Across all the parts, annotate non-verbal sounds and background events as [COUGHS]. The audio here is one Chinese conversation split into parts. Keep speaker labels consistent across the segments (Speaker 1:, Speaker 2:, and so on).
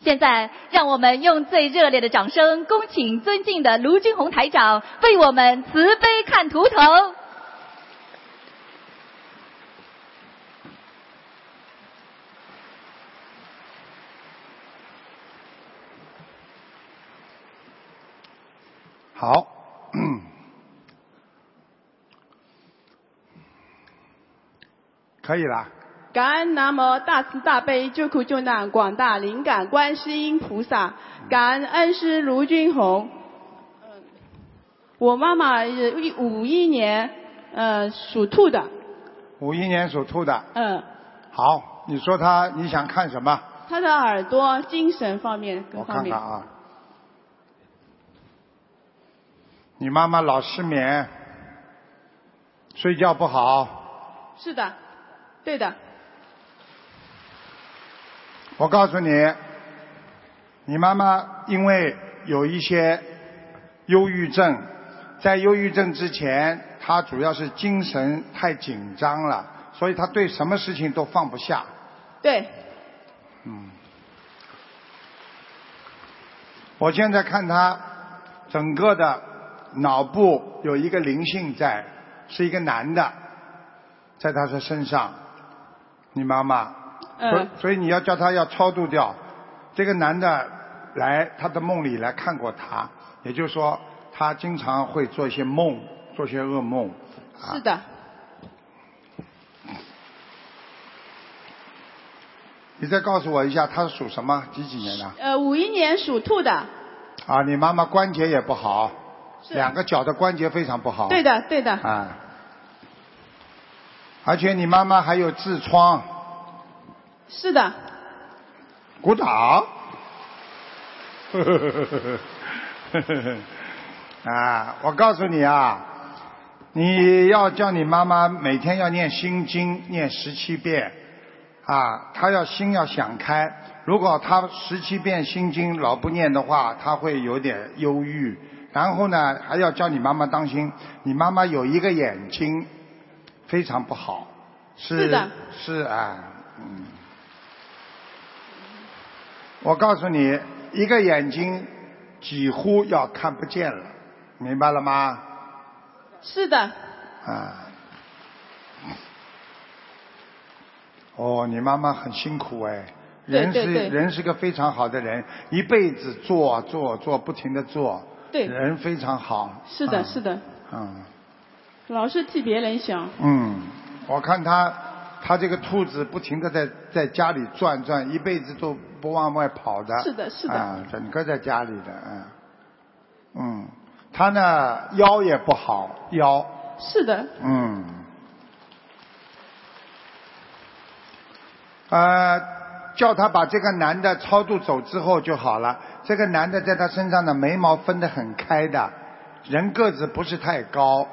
Speaker 1: 现在，让我们用最热烈的掌声，恭请尊敬的卢军红台长为我们慈悲看图腾。
Speaker 2: 好， [CLEARS THROAT] 可以啦。
Speaker 3: 感恩南无大慈大悲救苦救难广大灵感观世音菩萨，感恩恩师卢俊宏。嗯我妈妈是一五一年，呃，属兔的，
Speaker 2: 五一年属兔的，
Speaker 3: 嗯，
Speaker 2: 好，你说他你想看什么？
Speaker 3: 她的耳朵、精神方面各
Speaker 2: 我
Speaker 3: 方
Speaker 2: 看
Speaker 3: 面。
Speaker 2: 看啊。你妈妈老失眠，睡觉不好。
Speaker 3: 是的，对的，
Speaker 2: 我告诉你，你妈妈因为有一些忧郁症，在忧郁症之前，她主要是精神太紧张了，所以她对什么事情都放不下。
Speaker 3: 对，
Speaker 2: 我现在看他整个的脑部有一个灵性在，是一个男的，在他的身上，你妈妈，所以
Speaker 3: 嗯，
Speaker 2: 所以你要叫他要超度掉。这个男的来他的梦里来看过他，也就是说他经常会做一些梦，做些噩梦。
Speaker 3: 是的，
Speaker 2: 啊你再告诉我一下，他是属什么？几几年的？
Speaker 3: 呃，五一年属兔的，
Speaker 2: 啊，你妈妈关节也不好，
Speaker 3: 是啊
Speaker 2: 两个脚的关节非常不好。
Speaker 3: 对的，对的，
Speaker 2: 啊，而且你妈妈还有痔疮、
Speaker 3: 是的，
Speaker 2: 鼓掌。 [LAUGHS] 啊，我告诉你啊，你要叫你妈妈每天要念心经，念十七遍啊，她要心要想开。如果她十七遍心经老不念的话，她会有点忧郁。然后呢，还要叫你妈妈当心，你妈妈有一个眼睛非常不好，是
Speaker 3: 是的
Speaker 2: 是啊，嗯。我告诉你，一个眼睛几乎要看不见了，明白了吗？
Speaker 3: 是的，
Speaker 2: 啊。哦，你妈妈很辛苦哎，
Speaker 3: 对
Speaker 2: 人是
Speaker 3: 对对
Speaker 2: 人是个非常好的人，一辈子做做做，不停的做，
Speaker 3: 对
Speaker 2: 人非常好。
Speaker 3: 是的，
Speaker 2: 嗯
Speaker 3: 是的，
Speaker 2: 嗯
Speaker 3: 老是替别人想，
Speaker 2: 嗯，我看他他这个兔子不停的在在家里转转，一辈子都不往外跑的。
Speaker 3: 是的是的
Speaker 2: 啊，整个在家里的，嗯嗯，他呢腰也不好，腰，
Speaker 3: 是的，
Speaker 2: 嗯，呃，叫他把这个男的超度走之后就好了。这个男的在他身上的眉毛分得很开的，人个子不是太高，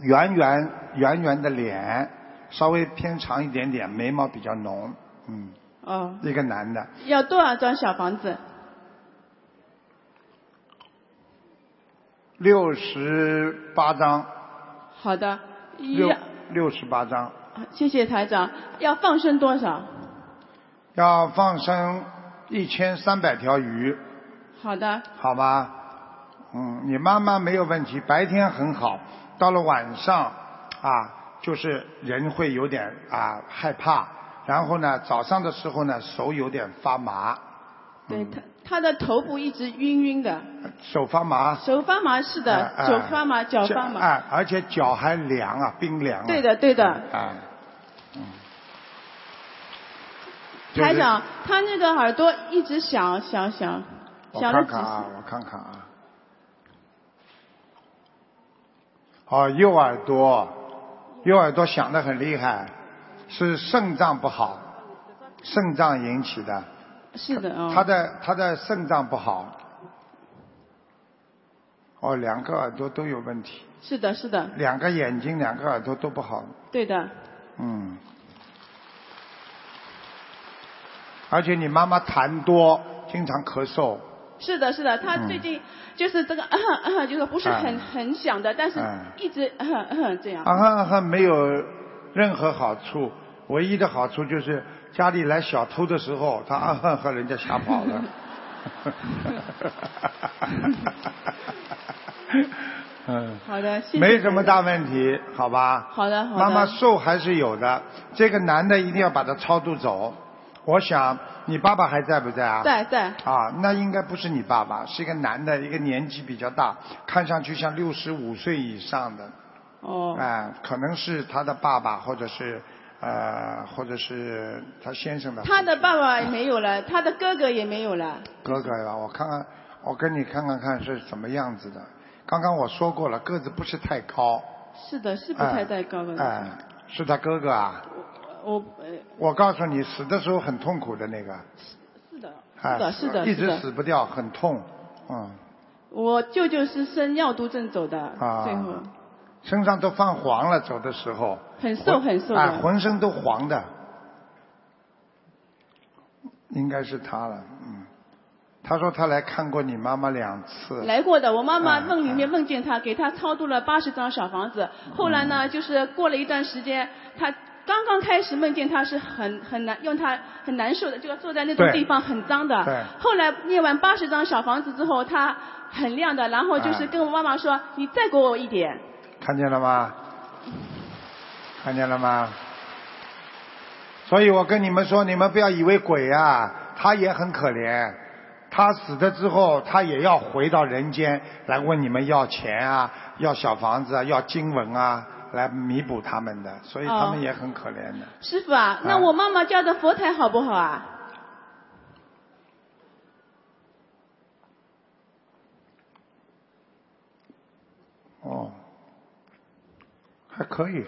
Speaker 2: 圆圆圆圆的脸，稍微偏长一点点，眉毛比较浓，嗯，
Speaker 3: 哦，
Speaker 2: 一个男的。
Speaker 3: 要多少张小房子？
Speaker 2: 六十八张，
Speaker 3: 好的，一
Speaker 2: 六六十八张，
Speaker 3: 谢谢台长。要放生多少？
Speaker 2: 要放生一千三百条鱼，
Speaker 3: 好的，
Speaker 2: 好吧？嗯，你妈妈没有问题，白天很好，到了晚上啊，就是人会有点啊害怕，然后呢，早上的时候呢，手有点发麻，
Speaker 3: 对
Speaker 2: 嗯
Speaker 3: 他他的头部一直晕晕的，
Speaker 2: 手发麻，
Speaker 3: 手发麻是的，
Speaker 2: 哎
Speaker 3: 手发麻，脚发麻，
Speaker 2: 哎，而且脚还凉啊，冰凉、啊。
Speaker 3: 对的对的
Speaker 2: 哎，嗯。就是
Speaker 3: 台长，他那个耳朵一直响响响，
Speaker 2: 我
Speaker 3: 响了
Speaker 2: 看
Speaker 3: 几
Speaker 2: 看啊
Speaker 3: 次，，
Speaker 2: 我看看啊。哦，右耳朵，右耳朵响得很厉害，是肾脏不好，肾脏引起的。
Speaker 3: 是的
Speaker 2: 他
Speaker 3: 哦，
Speaker 2: 的他的肾脏不好。哦，两个耳朵都有问题，
Speaker 3: 是的是的，
Speaker 2: 两个眼睛、两个耳朵都不好。
Speaker 3: 对的，
Speaker 2: 嗯。而且你妈妈痰多，经常咳嗽。
Speaker 3: 是的是的，
Speaker 2: 嗯
Speaker 3: 他最近就是这个，咳咳就是不是
Speaker 2: 哎
Speaker 3: 很很响的，但是
Speaker 2: 哎
Speaker 3: 一直啊
Speaker 2: 啊
Speaker 3: 咳咳这样，
Speaker 2: 啊哈啊哈，没有任何好处，唯一的好处就是家里来小偷的时候，他暗暗和人家吓跑了。 [LAUGHS] 嗯，
Speaker 3: 好的，谢谢
Speaker 2: 没什么大问题，好吧？
Speaker 3: 好的好的
Speaker 2: 妈妈瘦还是有的，这个男的一定要把他超度走。我想你爸爸还在不在啊？
Speaker 3: 在在
Speaker 2: 啊，那应该不是你爸爸，是一个男的，一个年纪比较大，看上去像六十五岁以上的，
Speaker 3: 哦，
Speaker 2: 哎、可能是他的爸爸，或者是呃，或者是他先生的
Speaker 3: 他的爸爸也没有了，他的哥哥也没有了。
Speaker 2: 哥哥呀，我看看，我跟你看看看是什么样子的。刚刚我说过了，个子不是太高，
Speaker 3: 是的，是不太在高温。
Speaker 2: 哎、是他哥哥啊。
Speaker 3: 我呃
Speaker 2: 我告诉你，死的时候很痛苦的那个，
Speaker 3: 是的，
Speaker 2: 哎
Speaker 3: 是的，是的，
Speaker 2: 一
Speaker 3: 是
Speaker 2: 直
Speaker 3: 的
Speaker 2: 死不掉，很痛，嗯，
Speaker 3: 我舅舅是生尿毒症走的，
Speaker 2: 啊
Speaker 3: 最后
Speaker 2: 身上都泛黄了，走的时候，
Speaker 3: 很瘦很瘦的。
Speaker 2: 哎，浑身都黄的，应该是他了，嗯。他说他来看过你妈妈两次，
Speaker 3: 来过的，我妈妈
Speaker 2: 嗯
Speaker 3: 梦里面梦见他，给他超度了八十张小房子。
Speaker 2: 嗯
Speaker 3: 后来呢，就是过了一段时间，他刚刚开始梦见他是很很难，用他很难受的，就坐在那种
Speaker 2: 对
Speaker 3: 地方很脏的。
Speaker 2: 对
Speaker 3: 后来念完八十张小房子之后，他很亮的，然后就是
Speaker 2: 嗯
Speaker 3: 跟我妈妈说：“你再给我一点。
Speaker 2: 看见了吗？看见了吗？所以我跟你们说，你们不要以为鬼啊，他也很可怜。他死了之后，他也要回到人间来问你们要钱啊，要小房子啊，要经文啊，来弥补他们的，所以他们
Speaker 3: 哦
Speaker 2: 也很可怜的。”
Speaker 3: 师傅啊，那
Speaker 2: 嗯
Speaker 3: 我妈妈家的佛台好不好啊？
Speaker 2: 哦，还可以。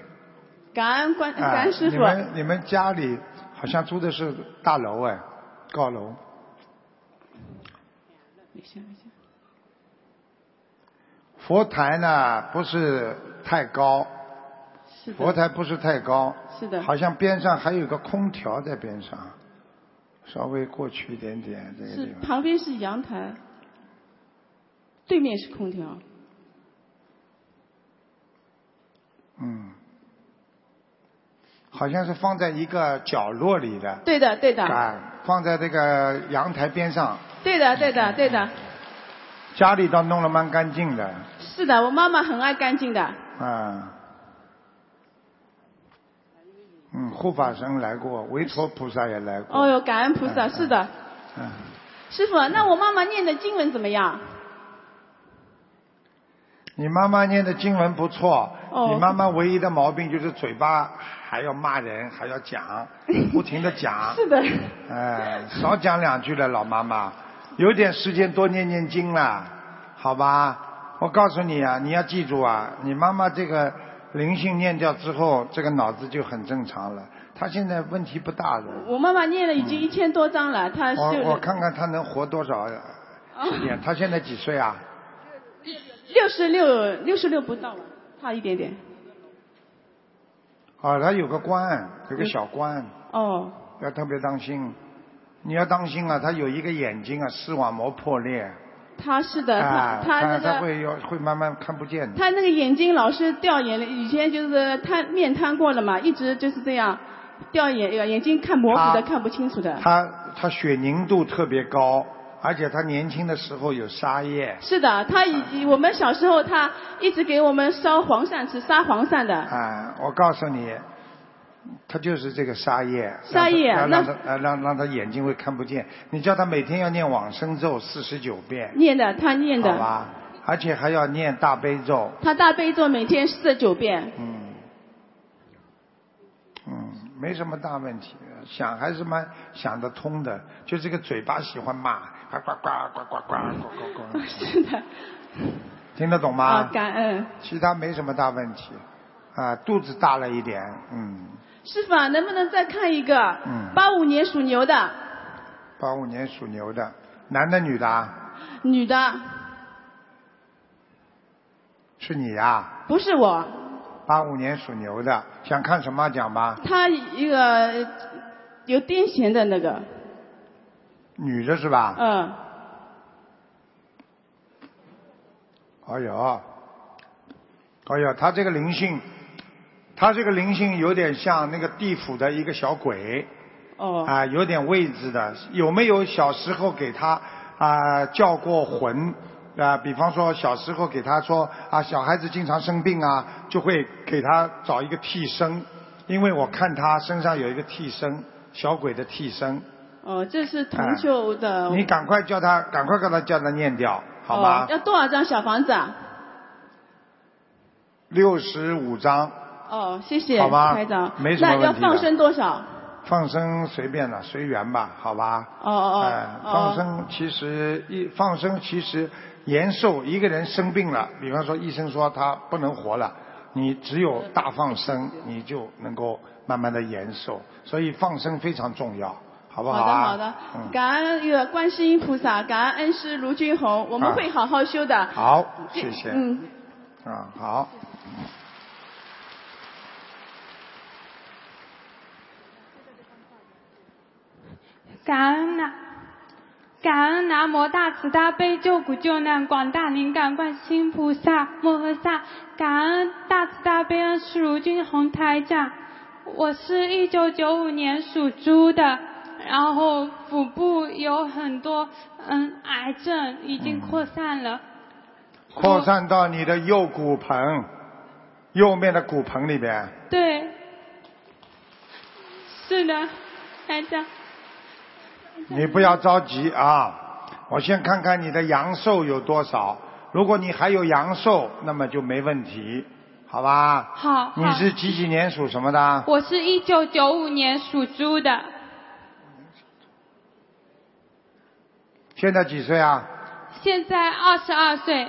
Speaker 3: 感恩关，
Speaker 2: 啊
Speaker 3: 感恩师
Speaker 2: 你
Speaker 3: 傅。
Speaker 2: 们你们家里好像住的是大楼哎，高楼。佛台呢不是太高，
Speaker 3: 是
Speaker 2: 佛台
Speaker 3: 的，
Speaker 2: 不是太高，
Speaker 3: 是的，
Speaker 2: 好像边上还有个空调在边上，稍微过去一点点这个
Speaker 3: 是
Speaker 2: 地方。
Speaker 3: 旁边是阳台，对面是空调。
Speaker 2: 嗯，好像是放在一个角落里的，
Speaker 3: 对的，对的。
Speaker 2: 啊，放在这个阳台边上，
Speaker 3: 对的，对的，对的，
Speaker 2: 家里倒弄得蛮干净的，
Speaker 3: 是的，我妈妈很爱干净的。
Speaker 2: 啊。嗯，护法神来过，韦陀菩萨也来过。
Speaker 3: 哦哟，感恩菩萨，
Speaker 2: 嗯
Speaker 3: 是的，
Speaker 2: 嗯
Speaker 3: 师傅，那我妈妈念的经文怎么样？
Speaker 2: 你妈妈念的经文不错，
Speaker 3: 哦
Speaker 2: 你妈妈唯一的毛病就是嘴巴还要骂人，还要讲，不停的讲，
Speaker 3: [LAUGHS] 是的，
Speaker 2: 哎，少讲两句了，老妈妈，有点时间多念念经啦，好吧？我告诉你啊，你要记住啊，你妈妈这个灵性念掉之后，这个脑子就很正常了，她现在问题不大的。
Speaker 3: 我妈妈念了已经一千多章了，她修
Speaker 2: 嗯我我
Speaker 3: 了
Speaker 2: 看看她能活多少时
Speaker 3: [LAUGHS]
Speaker 2: 间？她现在几岁啊？
Speaker 3: 六十六六十六不到吧，差一点点。
Speaker 2: 啊，她有个官，有个小官。
Speaker 3: 哦，
Speaker 2: 要特别当心，你要当心啊！他有一个眼睛啊，视网膜破裂，
Speaker 3: 她是的，
Speaker 2: 啊
Speaker 3: 她，她那
Speaker 2: 他
Speaker 3: 个
Speaker 2: 会有会慢慢看不见的。
Speaker 3: 她那个眼睛老是掉眼泪，以前就是摊面瘫过了嘛，一直就是这样掉眼眼睛看模糊的，
Speaker 2: 她
Speaker 3: 看不清楚的。
Speaker 2: 他他血凝度特别高，而且他年轻的时候有沙叶，
Speaker 3: 是的，他以以我们小时候，他一直给我们烧黄鳝吃，杀黄鳝的。
Speaker 2: 啊，我告诉你，他就是这个沙叶。
Speaker 3: 沙叶
Speaker 2: 让他
Speaker 3: 那
Speaker 2: 让他呃让让他眼睛会看不见。你叫他每天要念往生咒四十九遍，
Speaker 3: 念的，他念
Speaker 2: 好
Speaker 3: 的，
Speaker 2: 吧？而且还要念大悲咒。
Speaker 3: 他大悲咒每天四十九遍。
Speaker 2: 嗯，嗯，没什么大问题，想还是蛮想得通的，就这个嘴巴喜欢骂，呱呱呱呱呱呱呱呱
Speaker 3: [LAUGHS]
Speaker 2: 呱，
Speaker 3: 是的，
Speaker 2: 听得懂
Speaker 3: 啊
Speaker 2: 吗，？
Speaker 3: 感恩
Speaker 2: 其他没什么大问题，啊，肚子大了一点，嗯，
Speaker 3: 师傅啊，能不能再看一个
Speaker 2: 嗯？
Speaker 3: 八五年属牛的
Speaker 2: 八五年属牛的，男的女的啊？
Speaker 3: 女的，
Speaker 2: 是你呀、
Speaker 3: 不是我，
Speaker 2: 8八五年属牛的，想看什么讲吧？
Speaker 3: 她一个有癫痫的那个，
Speaker 2: 女的是吧？
Speaker 3: 嗯，
Speaker 2: 哎呦，哎呦，他这个灵性，他这个灵性有点像那个地府的一个小鬼，
Speaker 3: 哦，
Speaker 2: 啊，有点位置的，有没有小时候给他啊叫过魂？啊，比方说小时候给他说啊，小孩子经常生病啊，就会给他找一个替身，因为我看他身上有一个替身，小鬼的替身，
Speaker 3: 哦，这是
Speaker 2: 哎
Speaker 3: 同修的。
Speaker 2: 你赶快叫他，赶快叫他叫他念掉，好
Speaker 3: 哦
Speaker 2: 吗？
Speaker 3: 要多少张小房子啊？
Speaker 2: 六十五章，
Speaker 3: 哦，谢谢，
Speaker 2: 好吧
Speaker 3: 台长。
Speaker 2: 没什么问
Speaker 3: 那要
Speaker 2: 题的
Speaker 3: 放生多少？
Speaker 2: 放生随便了，随缘吧，好吧？
Speaker 3: 哦哦
Speaker 2: 哎
Speaker 3: 哦，
Speaker 2: 放生其实一放生其实延寿，一个人生病了，比方说医生说他不能活了，你只有大放生，你就能够慢慢的延寿，所以放生非常重要，好不
Speaker 3: 好
Speaker 2: 好
Speaker 3: 的
Speaker 2: 啊？
Speaker 3: 好的，
Speaker 2: 嗯，
Speaker 3: 感恩那个观世音菩萨，感恩恩师卢俊宏，我们
Speaker 2: 啊
Speaker 3: 会好好修的。
Speaker 2: 好，谢谢。
Speaker 3: 嗯，
Speaker 2: 啊，好。
Speaker 4: 感恩呐、感恩南无大慈大悲救苦救难广大灵感观世音菩萨摩诃萨，感恩大慈大悲恩师如君红台长。我是一九九五年属猪的，然后腹部有很多嗯癌症已经扩散了。
Speaker 2: 扩散到你的右骨盆，右面的骨盆里边。
Speaker 4: 对，是的，台长。
Speaker 2: 你不要着急啊，我先看看你的阳寿有多少。如果你还有阳寿，那么就没问题，好吧？
Speaker 4: 好
Speaker 2: 你
Speaker 4: 好
Speaker 2: 是几几年属什么的？
Speaker 4: 我是一九九五年属猪的，
Speaker 2: 现在几岁啊？
Speaker 4: 现在二十二岁。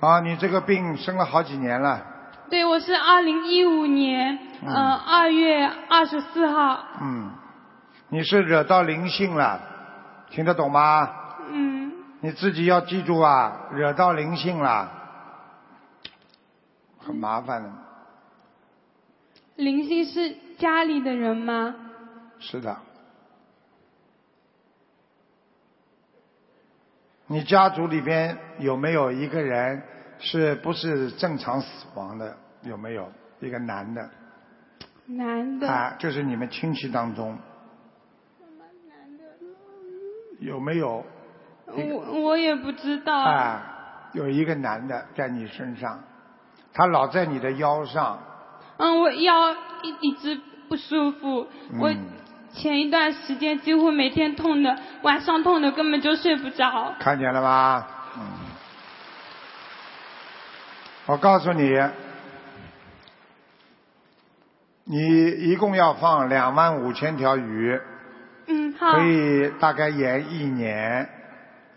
Speaker 2: 啊，你这个病生了好几年了，
Speaker 4: 对，我是二零一五年，
Speaker 2: 嗯
Speaker 4: 嗯，二月二十四号，
Speaker 2: 嗯，你是惹到灵性了，听得懂吗？
Speaker 4: 嗯，
Speaker 2: 你自己要记住啊，惹到灵性了，很麻烦的。
Speaker 4: 林星是家里的人吗？
Speaker 2: 是的。你家族里边有没有一个人是不是正常死亡的？有没有一个男的？
Speaker 4: 男的，
Speaker 2: 啊，就是你们亲戚当中有没有
Speaker 4: 我我也不知道，
Speaker 2: 啊？有一个男的在你身上，他老在你的腰上，
Speaker 4: 嗯，我腰一一直不舒服，我
Speaker 2: 嗯
Speaker 4: 前一段时间几乎每天痛的，晚上痛的根本就睡不着，
Speaker 2: 看见了吧？嗯。我告诉你，你一共要放两万五千条鱼，
Speaker 4: 嗯，好，
Speaker 2: 可以大概延一年，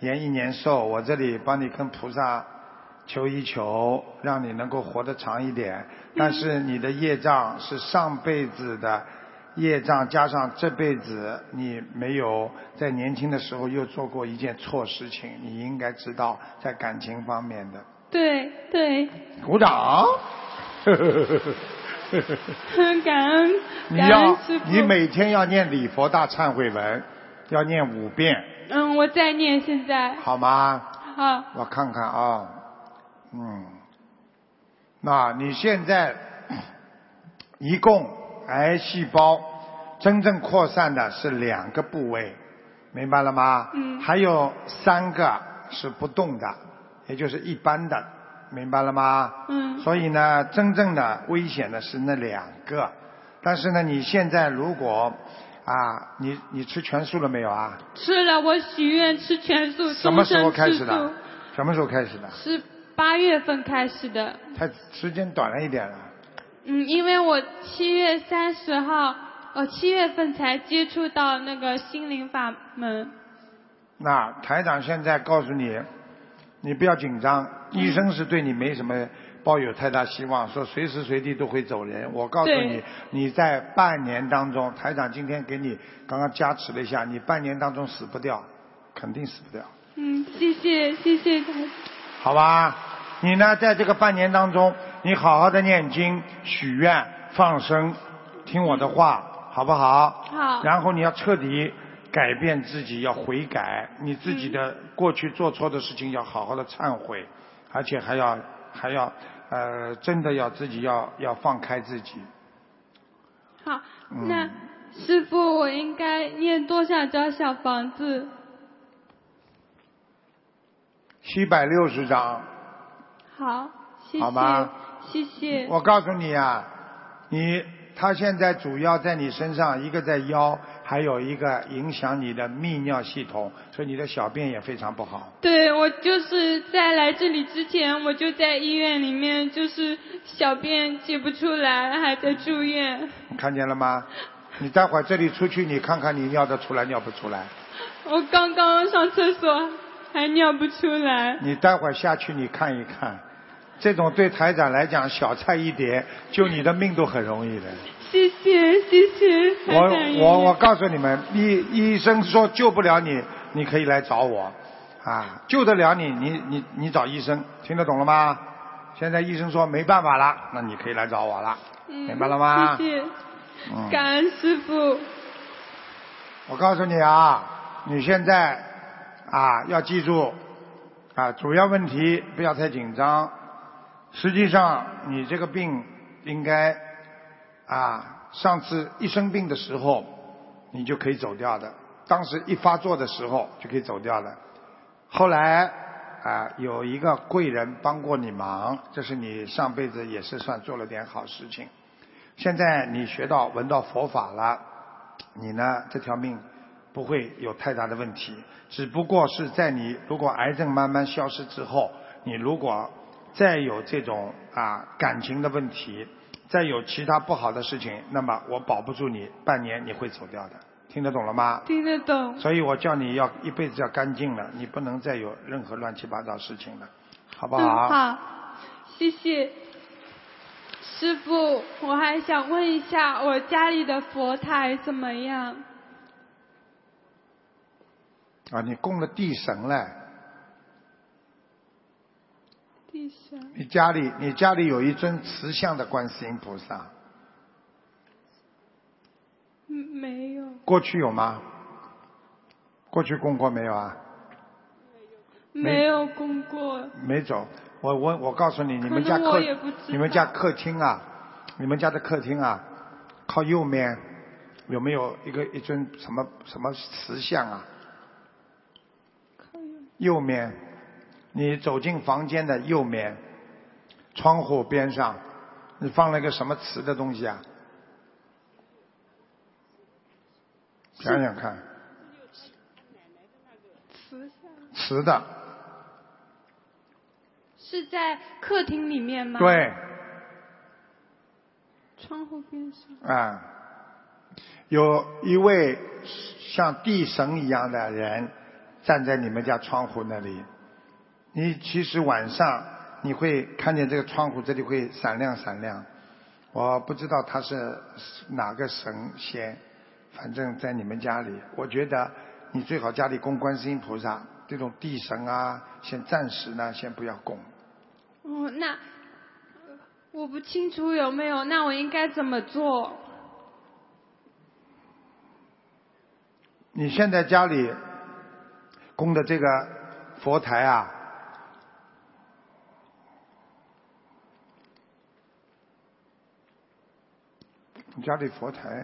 Speaker 2: 延一年寿。我这里帮你跟菩萨求一求，让你能够活得长一点。但是你的业障是上辈子的业障，加上这辈子你没有在年轻的时候又做过一件错事情，你应该知道在感情方面的。
Speaker 4: 对对， [LAUGHS]
Speaker 2: 鼓掌。
Speaker 4: 感恩，
Speaker 2: 你
Speaker 4: 感
Speaker 2: 要
Speaker 4: 恩师，傅，
Speaker 2: 你每天要念礼佛大忏悔文，要念五遍，
Speaker 4: 嗯，我在念现在，
Speaker 2: 好吗？
Speaker 4: 好，
Speaker 2: 我看看啊，嗯，那你现在 [COUGHS] 一共癌细胞真正扩散的是两个部位，明白了吗？
Speaker 4: 嗯
Speaker 2: 还有三个是不动的，也就是一般的，明白了吗？
Speaker 4: 嗯
Speaker 2: 所以呢，真正的危险的是那两个，但是呢，你现在如果啊，你你吃全素了没有啊？
Speaker 4: 吃了，我许愿吃全素，
Speaker 2: 什么时候
Speaker 4: 终身
Speaker 2: 开始
Speaker 4: 吃素
Speaker 2: 的？什么时候开始的？
Speaker 4: 是八月份开始的，
Speaker 2: 它时间短了一点了。
Speaker 4: 嗯，因为我七月三十号，呃，七月份才接触到那个心灵法门，
Speaker 2: 那台长现在告诉你，你不要紧张，医生是对你没什么抱有太大希望，说随时随地都会走人。我告诉你
Speaker 4: 对，
Speaker 2: 你在半年当中，台长今天给你刚刚加持了一下，你半年当中死不掉，肯定死不掉，
Speaker 4: 嗯，谢谢谢谢台长，
Speaker 2: 好吧？你呢，在这个半年当中，你好好的念经、许愿、放生，听我的话，好不好？
Speaker 4: 好
Speaker 2: 然后你要彻底改变自己，要悔改你自己的过去做错的事情，要好好的忏悔，而且还要还要呃，真的要自己要要放开自己。
Speaker 4: 好，
Speaker 2: 嗯
Speaker 4: 那师傅，我应该念多少张小房子？
Speaker 2: 七百六十张，
Speaker 4: 好，谢
Speaker 2: 好吧
Speaker 4: 谢，谢谢。
Speaker 2: 我告诉你啊，你他现在主要在你身上，一个在腰，还有一个影响你的泌尿系统，所以你的小便也非常不好。
Speaker 4: 对，我就是在来这里之前，我就在医院里面，就是小便解不出来，还在住院。
Speaker 2: 你看见了吗？你待会儿这里出去，你看看你尿得出来尿不出来。
Speaker 4: 我刚刚上厕所还尿不出来。
Speaker 2: 你待会儿下去你看一看，这种对台长来讲小菜一碟，救你的命都很容易的。
Speaker 4: 谢谢谢谢，台
Speaker 2: 我
Speaker 4: 长爷
Speaker 2: 我
Speaker 4: 爷
Speaker 2: 我告诉你们，医医生说救不了你，你可以来找我，啊，救得了你，你你你找医生，听得懂了吗？现在医生说没办法了，那你可以来找我了，
Speaker 4: 嗯
Speaker 2: 明白了吗？
Speaker 4: 谢谢，
Speaker 2: 嗯
Speaker 4: 感恩师傅。
Speaker 2: 我告诉你啊，你现在啊要记住啊，主要问题不要太紧张。实际上，你这个病应该啊，上次一生病的时候，你就可以走掉的。当时一发作的时候就可以走掉的。后来啊，有一个贵人帮过你忙，这是你上辈子也是算做了点好事情。现在你学到闻到佛法了，你呢这条命不会有太大的问题，只不过是在你如果癌症慢慢消失之后，你如果再有这种啊感情的问题，再有其他不好的事情，那么我保不住你，半年你会走掉的，听得懂了吗？
Speaker 4: 听得懂，
Speaker 2: 所以我叫你要一辈子要干净了，你不能再有任何乱七八糟事情了，好不好？
Speaker 4: 嗯，好，谢谢师傅。我还想问一下，我家里的佛台怎么样？
Speaker 2: 啊，你供了地神了。
Speaker 4: 地上
Speaker 2: 你家里，你家里有一尊慈像的观世音菩萨，
Speaker 4: 嗯没有，
Speaker 2: 过去有吗？过去供过没有啊？没
Speaker 4: 没有供过。
Speaker 2: 没走。我我我告诉你，你
Speaker 4: 能
Speaker 2: 们家客
Speaker 4: 我也不知道，
Speaker 2: 你们家客厅啊，你们家的客厅啊，靠右面有没有一个一尊什么什么石像啊？右面，你走进房间的右面，窗户边上，你放了一个什么瓷的东西啊？想想看，
Speaker 4: 慈祥
Speaker 2: 瓷的，
Speaker 4: 是在客厅里面吗？，
Speaker 2: 对。
Speaker 4: 窗户边上。
Speaker 2: 啊，有一位像地神一样的人站在你们家窗户那里，你其实晚上你会看见这个窗户这里会闪亮闪亮，我不知道他是哪个神仙，反正在你们家里，我觉得你最好家里供观世音菩萨这种地神啊，先暂时呢先不要供。
Speaker 4: 哦，那呃我不清楚有没有，那我应该怎么做？
Speaker 2: 你现在家里供的这个佛台啊，你家里佛台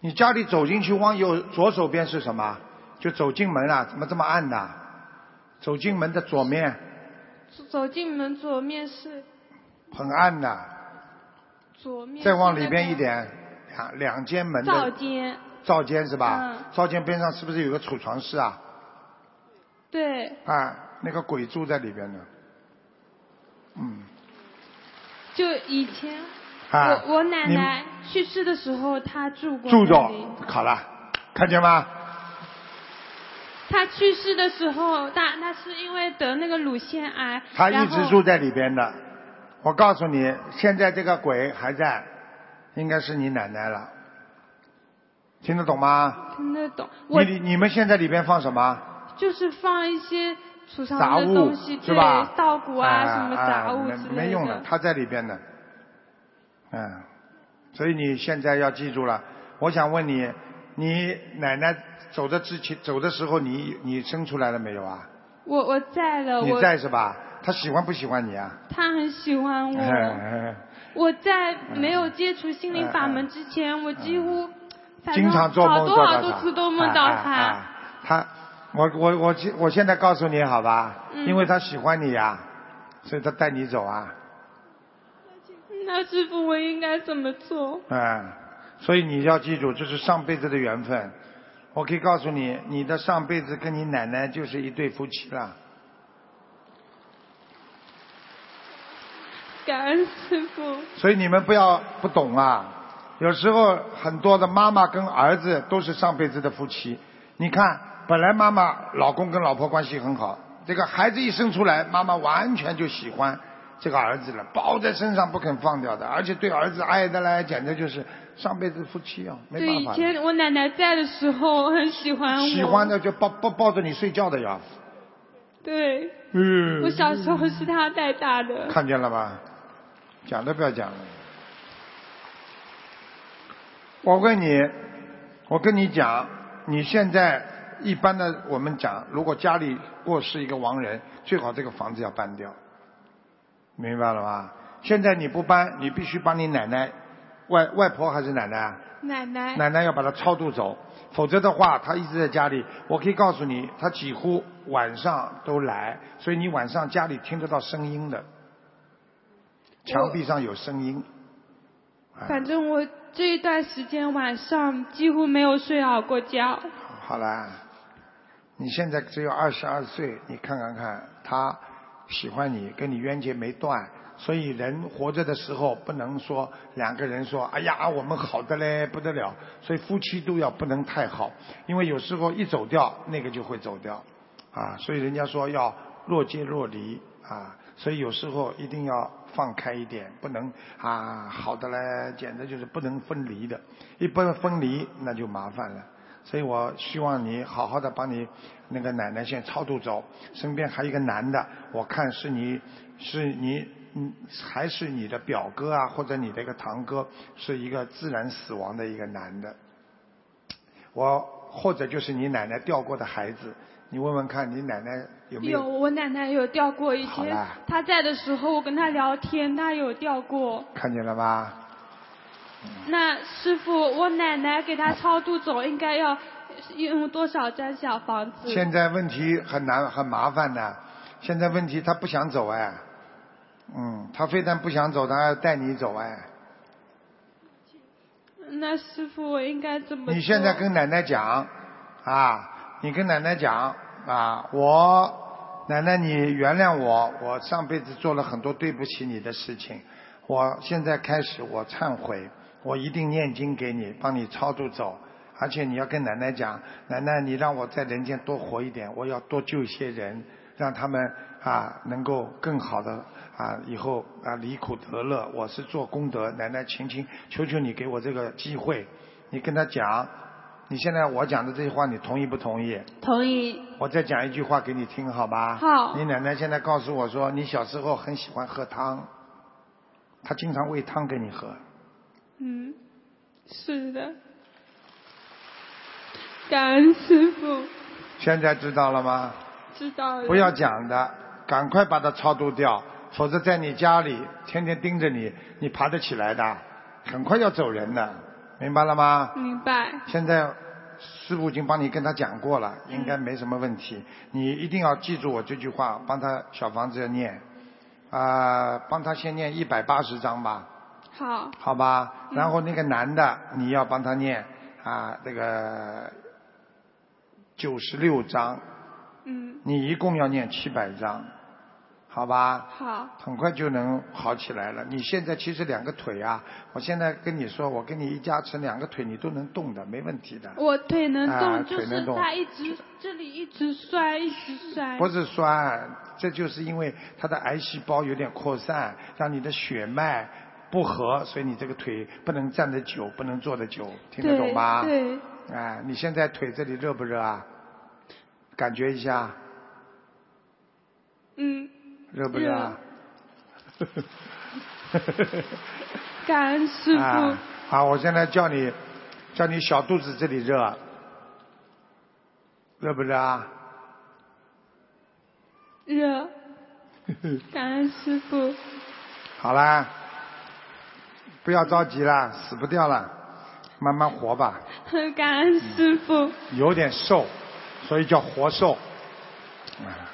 Speaker 2: 你家里走进去，往右左手边是什么？就走进门啊？怎么这么暗呐？走进门的左面
Speaker 4: 走走进门左面是
Speaker 2: 很暗呐、
Speaker 4: 左面，
Speaker 2: 再往里边一，点，两两间门
Speaker 4: 灶
Speaker 2: 的
Speaker 4: 间。
Speaker 2: 灶间是吧
Speaker 4: 嗯？
Speaker 2: 灶间边上是不是有个储藏室啊？
Speaker 4: 对，
Speaker 2: 啊，那个鬼住在里边呢。嗯，
Speaker 4: 就以前、
Speaker 2: 啊，
Speaker 4: 我我奶
Speaker 2: 你
Speaker 4: 奶去世的时候，她住过
Speaker 2: 住
Speaker 4: 那
Speaker 2: 着
Speaker 4: 里。
Speaker 2: 好了，看见吗？
Speaker 4: 她去世的时候，她那是因为得那个乳腺癌，
Speaker 2: 他一
Speaker 4: 然
Speaker 2: 直
Speaker 4: 后
Speaker 2: 住在里边的。我告诉你，现在这个鬼还在，应该是你奶奶了。听得懂吗？
Speaker 4: 听得懂。我
Speaker 2: 你你们现在里边放什么？
Speaker 4: 就是放一些储藏
Speaker 2: 杂
Speaker 4: 的
Speaker 2: 物
Speaker 4: 啊东西，
Speaker 2: 是
Speaker 4: 对
Speaker 2: 吧？
Speaker 4: 稻谷啊
Speaker 2: 啊
Speaker 4: 什么杂物
Speaker 2: 啊
Speaker 4: 之类的。
Speaker 2: 没没用的，它在里边的。嗯，所以你现在要记住了。我想问你，你奶奶走的之前走的时候你，你生出来了没有啊？
Speaker 4: 我我在了，
Speaker 2: 你
Speaker 4: 呃我
Speaker 2: 在是吧？她喜欢不喜欢你啊？
Speaker 4: 他很喜欢
Speaker 2: 哎
Speaker 4: 我。我在没有接触心灵法
Speaker 2: 嗯
Speaker 4: 门之前，我几乎反正
Speaker 2: 经常做梦
Speaker 4: 好
Speaker 2: 做
Speaker 4: 多
Speaker 2: 到他，
Speaker 4: 好多次都梦到
Speaker 2: 哎哎哎
Speaker 4: 他。
Speaker 2: 他，我我我现我现在告诉你好吧，
Speaker 4: 嗯
Speaker 2: 因为他喜欢你呀、啊所以他带你走啊，
Speaker 4: 那师傅，我应该怎么做？
Speaker 2: 嗯，所以你要记住，这是上辈子的缘分。我可以告诉你，你的上辈子跟你奶奶就是一对夫妻了。
Speaker 4: 感恩师傅。
Speaker 2: 所以你们不要不懂啊，有时候很多的妈妈跟儿子都是上辈子的夫妻。你看，本来妈妈老公跟老婆关系很好，这个孩子一生出来，妈妈完全就喜欢这个儿子了，抱在身上不肯放掉的，而且对儿子爱的嘞，简直就是上辈子夫妻啊，没
Speaker 4: 对，
Speaker 2: 办
Speaker 4: 以
Speaker 2: 法的。
Speaker 4: 前我奶奶在的时候很喜欢我。
Speaker 2: 喜欢。的就抱抱抱着你睡觉的呀，
Speaker 4: 对，
Speaker 2: 嗯
Speaker 4: 我小时候是她带大的。
Speaker 2: 看见了吧？讲都不要讲了。我问你，我跟你讲，你现在一般的我们讲，如果家里过世一个亡人，最好这个房子要搬掉，明白了吧？现在你不搬，你必须帮你奶奶、外外婆还是奶奶啊？
Speaker 4: 奶
Speaker 5: 哎
Speaker 4: 奶。
Speaker 2: 奶奶要把他超度走，否则的话，他一直在家里。我可以告诉你，他几乎晚上都来，所以你晚上家里听得到声音的，墙壁上有声音。哎
Speaker 4: 反正我这一段时间晚上几乎没有睡好过觉。
Speaker 2: 好啦，你现在只有二十二岁，你看看看，他喜欢你，跟你冤结没断，所以人活着的时候不能说两个人说，哎呀，我们好的嘞不得了，所以夫妻都要不能太好，因为有时候一走掉，那个就会走掉，啊，所以人家说要若即若离啊，所以有时候一定要放开一点，不能啊好的嘞，简直就是不能分离的，一不能分离那就麻烦了。所以我希望你好好的帮你那个奶奶先超度走，身边还有一个男的，我看是你是你嗯还是你的表哥啊，或者你的一个堂哥，是一个自然死亡的一个男的，我或者就是你奶奶掉过的孩子，你问问看你奶奶有没
Speaker 4: 有，
Speaker 2: 有
Speaker 4: 哎我奶奶有掉过以
Speaker 2: 好
Speaker 4: 前
Speaker 2: 啦
Speaker 4: 她在的时候，我跟她聊天，她有掉过。
Speaker 2: 看见了吧？嗯
Speaker 4: 那师傅，我奶奶给她超度走，应该要用多少张小房子？
Speaker 2: 现在问题很难很麻烦的，现在问题他不想走哎，嗯，他非但不想走，他还要带你走哎。
Speaker 4: 那师傅，我应该怎么做？
Speaker 2: 你现在跟奶奶讲啊，你跟奶奶讲啊，我奶奶你原谅我，我上辈子做了很多对不起你的事情，我现在开始我忏悔，我一定念经给你，帮你超度走。而且你要跟奶奶讲，奶奶，你让我在人间多活一点，我要多救一些人，让他们啊能够更好的啊以后啊离苦得乐。我是做功德，奶奶，请请求求你给我这个机会。你跟他讲，你现在我讲的这些话，你同意不同意？
Speaker 4: 同意。
Speaker 2: 我再讲一句话给你听，好吧？
Speaker 4: 好
Speaker 2: 你奶奶现在告诉我说，你小时候很喜欢喝汤，她经常喂汤给你喝。
Speaker 4: 嗯，是的。感恩师傅，
Speaker 2: 现在知道了吗？
Speaker 4: 知道了。
Speaker 2: 不要讲的，赶快把它超度掉，否则在你家里天天盯着你，你爬得起来的，很快要走人的，明白了吗？
Speaker 4: 明白。
Speaker 2: 现在师傅已经帮你跟他讲过了，应该没什么问题。你一定要记住我这句话，帮他小房子要念，啊、帮他先念一百八十章吧，
Speaker 4: 好，
Speaker 2: 好吧？然后那个男的你要帮他念啊、那个九十六章，
Speaker 4: 嗯，
Speaker 2: 你一共要念七百章，好吧？
Speaker 4: 好，
Speaker 2: 很快就能好起来了。你现在其实两个腿啊，我现在跟你说，我跟你一加持，两个腿你都能动的，没问题的。
Speaker 4: 我腿能动，
Speaker 2: 啊
Speaker 4: 就
Speaker 2: 腿能
Speaker 4: 是
Speaker 2: 动
Speaker 4: 他一直这里一直摔，一直摔。
Speaker 2: 不是酸，这就是因为它的癌细胞有点扩散，让你的血脉不和，所以你这个腿不能站得久，不能坐得久，听得懂吧？
Speaker 4: 对，
Speaker 2: 哎，你现在腿这里热不热啊？感觉一下，
Speaker 4: 嗯，
Speaker 2: 热不热啊？
Speaker 4: 感恩师傅，
Speaker 2: 啊，好，我现在叫你叫你小肚子这里热，啊热不热啊？
Speaker 4: 热，感恩师傅，
Speaker 2: 好啦，不要着急啦，死不掉啦，慢慢活吧。
Speaker 4: 感恩师傅，
Speaker 2: 有点瘦，所以叫活瘦。啊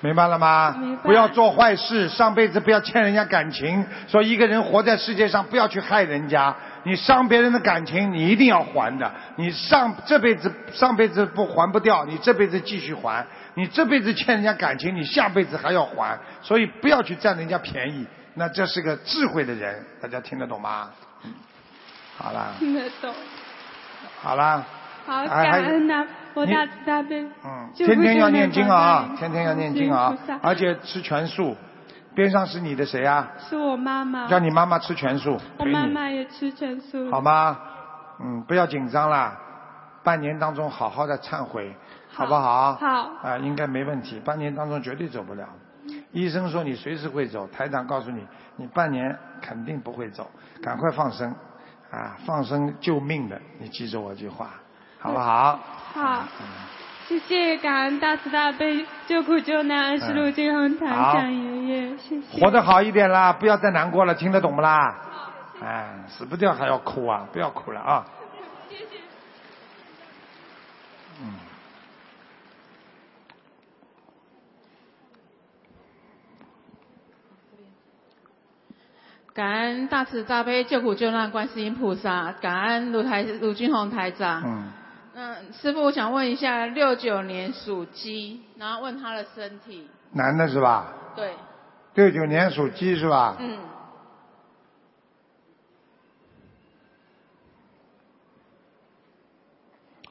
Speaker 2: 明白了吗？
Speaker 4: 明白
Speaker 2: 不要做坏事，上辈子不要欠人家感情。说一个人活在世界上，不要去害人家。你伤别人的感情，你一定要还的。你上这辈子上辈子不还不掉，你这辈子继续还。你这辈子欠人家感情，你下辈子还要还。所以不要去占人家便宜。那这是个智慧的人，大家听得懂吗？嗯好啦，
Speaker 4: 听得懂。
Speaker 2: 好啦，
Speaker 4: 好，
Speaker 2: 哎还
Speaker 4: 感恩呐、我
Speaker 2: 你
Speaker 4: 大慈大悲，
Speaker 2: 嗯，
Speaker 4: 救
Speaker 2: 天
Speaker 4: 苦
Speaker 2: 天
Speaker 4: 救
Speaker 2: 要
Speaker 4: 难
Speaker 2: 念经
Speaker 4: 广
Speaker 2: 啊
Speaker 4: 大，
Speaker 2: 天天要念经啊
Speaker 4: 观世音，菩萨
Speaker 2: 而且吃全素。边上是你的谁啊？
Speaker 4: 是我妈妈，
Speaker 2: 叫你妈妈吃全素，
Speaker 4: 我
Speaker 2: 陪
Speaker 4: 妈
Speaker 2: 你，
Speaker 4: 妈也吃全素。
Speaker 2: 好吗？嗯，不要紧张啦，半年当中好好的忏悔，好
Speaker 4: 好
Speaker 2: 不好？
Speaker 4: 好
Speaker 2: 啊、应该没问题，半年当中绝对走不了。医生说你随时会走，台长告诉你，你半年肯定不会走，赶快放生，啊，放生救命的，你记住我句话，好不好？
Speaker 4: 好，谢谢感恩大慈大悲救苦救难二十
Speaker 2: 嗯
Speaker 4: 路军红台
Speaker 2: 好
Speaker 4: 长爷爷，谢谢。
Speaker 2: 活得好一点啦，不要再难过了，听得懂不
Speaker 6: 啊
Speaker 2: 啦？哎，死不掉还要哭啊，不要哭了啊。
Speaker 6: 感恩大慈大悲救苦救难观世音菩萨，感恩卢台卢俊宏台长。
Speaker 2: 嗯，
Speaker 6: 嗯，师傅，我想问一下，六九年属鸡，然后问他的身体。
Speaker 2: 男的是吧？
Speaker 6: 对，
Speaker 2: 六九年属鸡是吧？
Speaker 6: 嗯，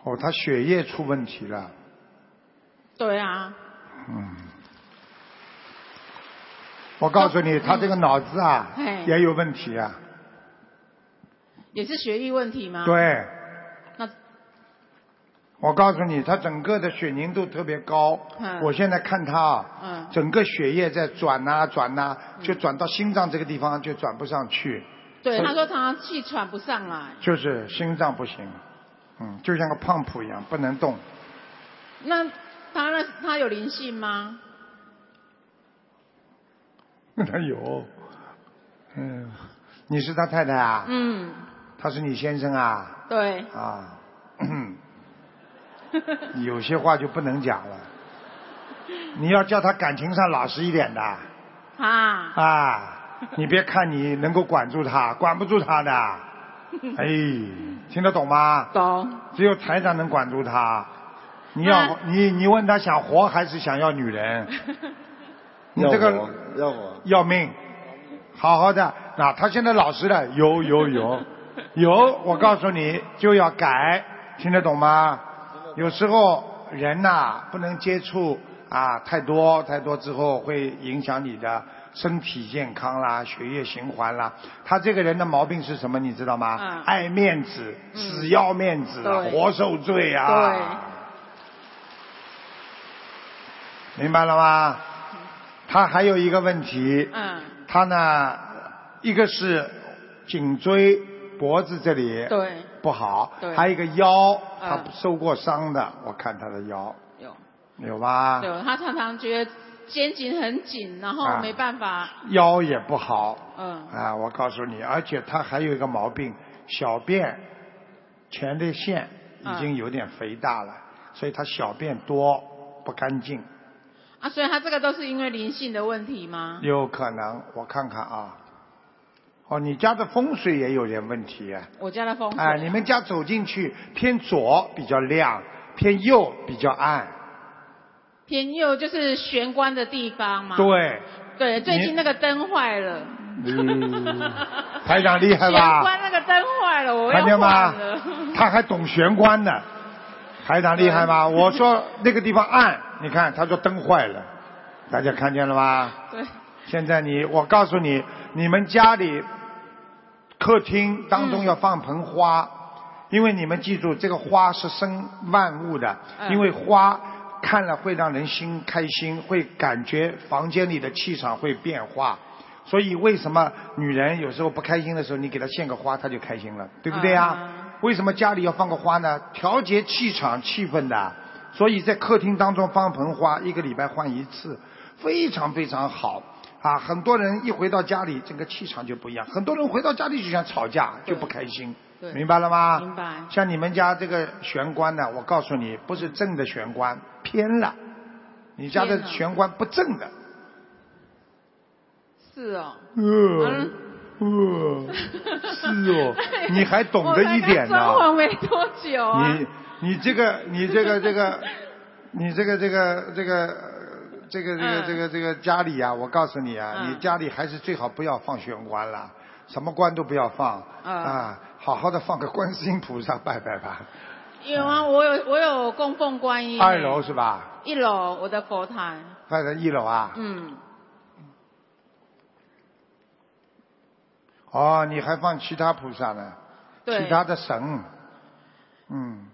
Speaker 2: 哦，他血液出问题了。
Speaker 6: 对啊，
Speaker 2: 嗯，我告诉你，他这个脑子啊
Speaker 6: 哎
Speaker 2: 也有问题啊。
Speaker 6: 也是学历问题吗？。
Speaker 2: 对，
Speaker 6: 啊那
Speaker 2: 我告诉你，他整个的血凝度特别高。
Speaker 6: 嗯
Speaker 2: 我现在看他啊，
Speaker 6: 嗯
Speaker 2: 整个血液在转呐、转呐、啊就转到心脏这个地方就转不上去，
Speaker 6: 对，
Speaker 2: 所以
Speaker 6: 他说他气喘不上来。
Speaker 2: 就是心脏不行，嗯，就像个胖脯一样不能动。
Speaker 6: 那他那他有灵性吗？
Speaker 2: 他有，哎嗯，你是他太太啊？
Speaker 6: 嗯，
Speaker 2: 他是你先生啊？
Speaker 6: 对，
Speaker 2: 啊，有些话就不能讲了。你要叫他感情上老实一点的
Speaker 6: 啊，
Speaker 2: 啊！你别看你能够管住他，管不住他的。哎，听得懂吗？
Speaker 6: 懂。
Speaker 2: 只有台长能管住他。你要你你问他想活还是想要女人？你这个
Speaker 7: 要我
Speaker 2: 要命，好好的。那、他现在老实了， [LAUGHS] 有有有有，我告诉你就要改，听得懂吗？有时候人呐、不能接触啊太多太多之后会影响你的身体健康啦、血液循环啦。他这个人的毛病是什么？你知道吗？
Speaker 6: 嗯
Speaker 2: 爱面子，死要面子啊，
Speaker 6: 对
Speaker 2: 活受罪啊。明白了吗？他还有一个问题，
Speaker 6: 嗯，
Speaker 2: 他呢，一个是颈椎、脖子这里
Speaker 6: 对，
Speaker 2: 不好
Speaker 6: 对，
Speaker 2: 还有一个腰，他
Speaker 6: 嗯
Speaker 2: 受过伤的，我看他的腰
Speaker 6: 有，
Speaker 2: 有吧？
Speaker 6: 有，他常常觉得肩颈很紧，然后
Speaker 2: 啊
Speaker 6: 没办法，
Speaker 2: 腰也不好
Speaker 6: 嗯，
Speaker 2: 啊，我告诉你，而且他还有一个毛病，小便前列腺
Speaker 6: 嗯
Speaker 2: 已经有点肥大了，所以他小便多不干净，
Speaker 6: 啊，所以他这个都是因为灵性的问题吗？
Speaker 2: 有可能我看看啊。哦，你家的风水也有点问题啊。
Speaker 6: 我家的风水，
Speaker 2: 哎，你们家走进去偏左比较亮，偏右比较暗。
Speaker 6: 偏右就是玄关的地方嘛。
Speaker 2: 对，
Speaker 6: 对，最
Speaker 2: 你
Speaker 6: 近那个灯坏了。
Speaker 2: 嗯， [LAUGHS] 台长厉害吧
Speaker 6: 玄关那个灯坏了，我要
Speaker 2: 看见吗
Speaker 6: 换了。？
Speaker 2: [LAUGHS] 他还懂玄关呢，台长厉害吧？我说那个地方暗，你看他说灯坏了，大家看见了吗？
Speaker 6: 对，
Speaker 2: 现在你，我告诉你，你们家里客厅当中要放盆花，
Speaker 6: 嗯
Speaker 2: 因为你们记住，这个花是生万物的，
Speaker 6: 嗯
Speaker 2: 因为花看了会让人心开心，会感觉房间里的气场会变化。所以为什么女人有时候不开心的时候，你给她献个花，她就开心了，对不对啊？
Speaker 6: 嗯
Speaker 2: 为什么家里要放个花呢？调节气场气氛的，所以在客厅当中放盆花，一个礼拜换一次，非常非常好啊！很多人一回到家里，整个气场就不一样。很多人回到家里就想吵架，就不开心，
Speaker 6: 对
Speaker 2: 明白了吗？
Speaker 6: 明白
Speaker 2: 像你们家这个玄关呢，我告诉你，不是正的玄关，偏了。你家的
Speaker 6: 偏了
Speaker 2: 玄关不正的，
Speaker 6: 是哦，
Speaker 2: 呃，呃，是
Speaker 6: [LAUGHS]
Speaker 2: 哦，你还懂得一点呢、
Speaker 6: 我才刚装潢没多久啊，
Speaker 2: 你你这个你这个这个你这个这个这个呃这个这个
Speaker 6: 嗯
Speaker 2: 这个这个家里啊，我告诉你啊，
Speaker 6: 嗯
Speaker 2: 你家里还是最好不要放玄关了，什么关都不要放
Speaker 6: 嗯
Speaker 2: 啊，好好的放个观世音菩萨拜拜吧。
Speaker 6: 有啊，我有我有供奉观音，欸
Speaker 2: 二楼，是吧？
Speaker 6: 一楼我的佛台，
Speaker 2: 放在一楼啊？
Speaker 6: 嗯，
Speaker 2: 哦，你还放其他菩萨呢？
Speaker 6: 对
Speaker 2: 其他的神，
Speaker 6: [LAUGHS]
Speaker 2: 嗯，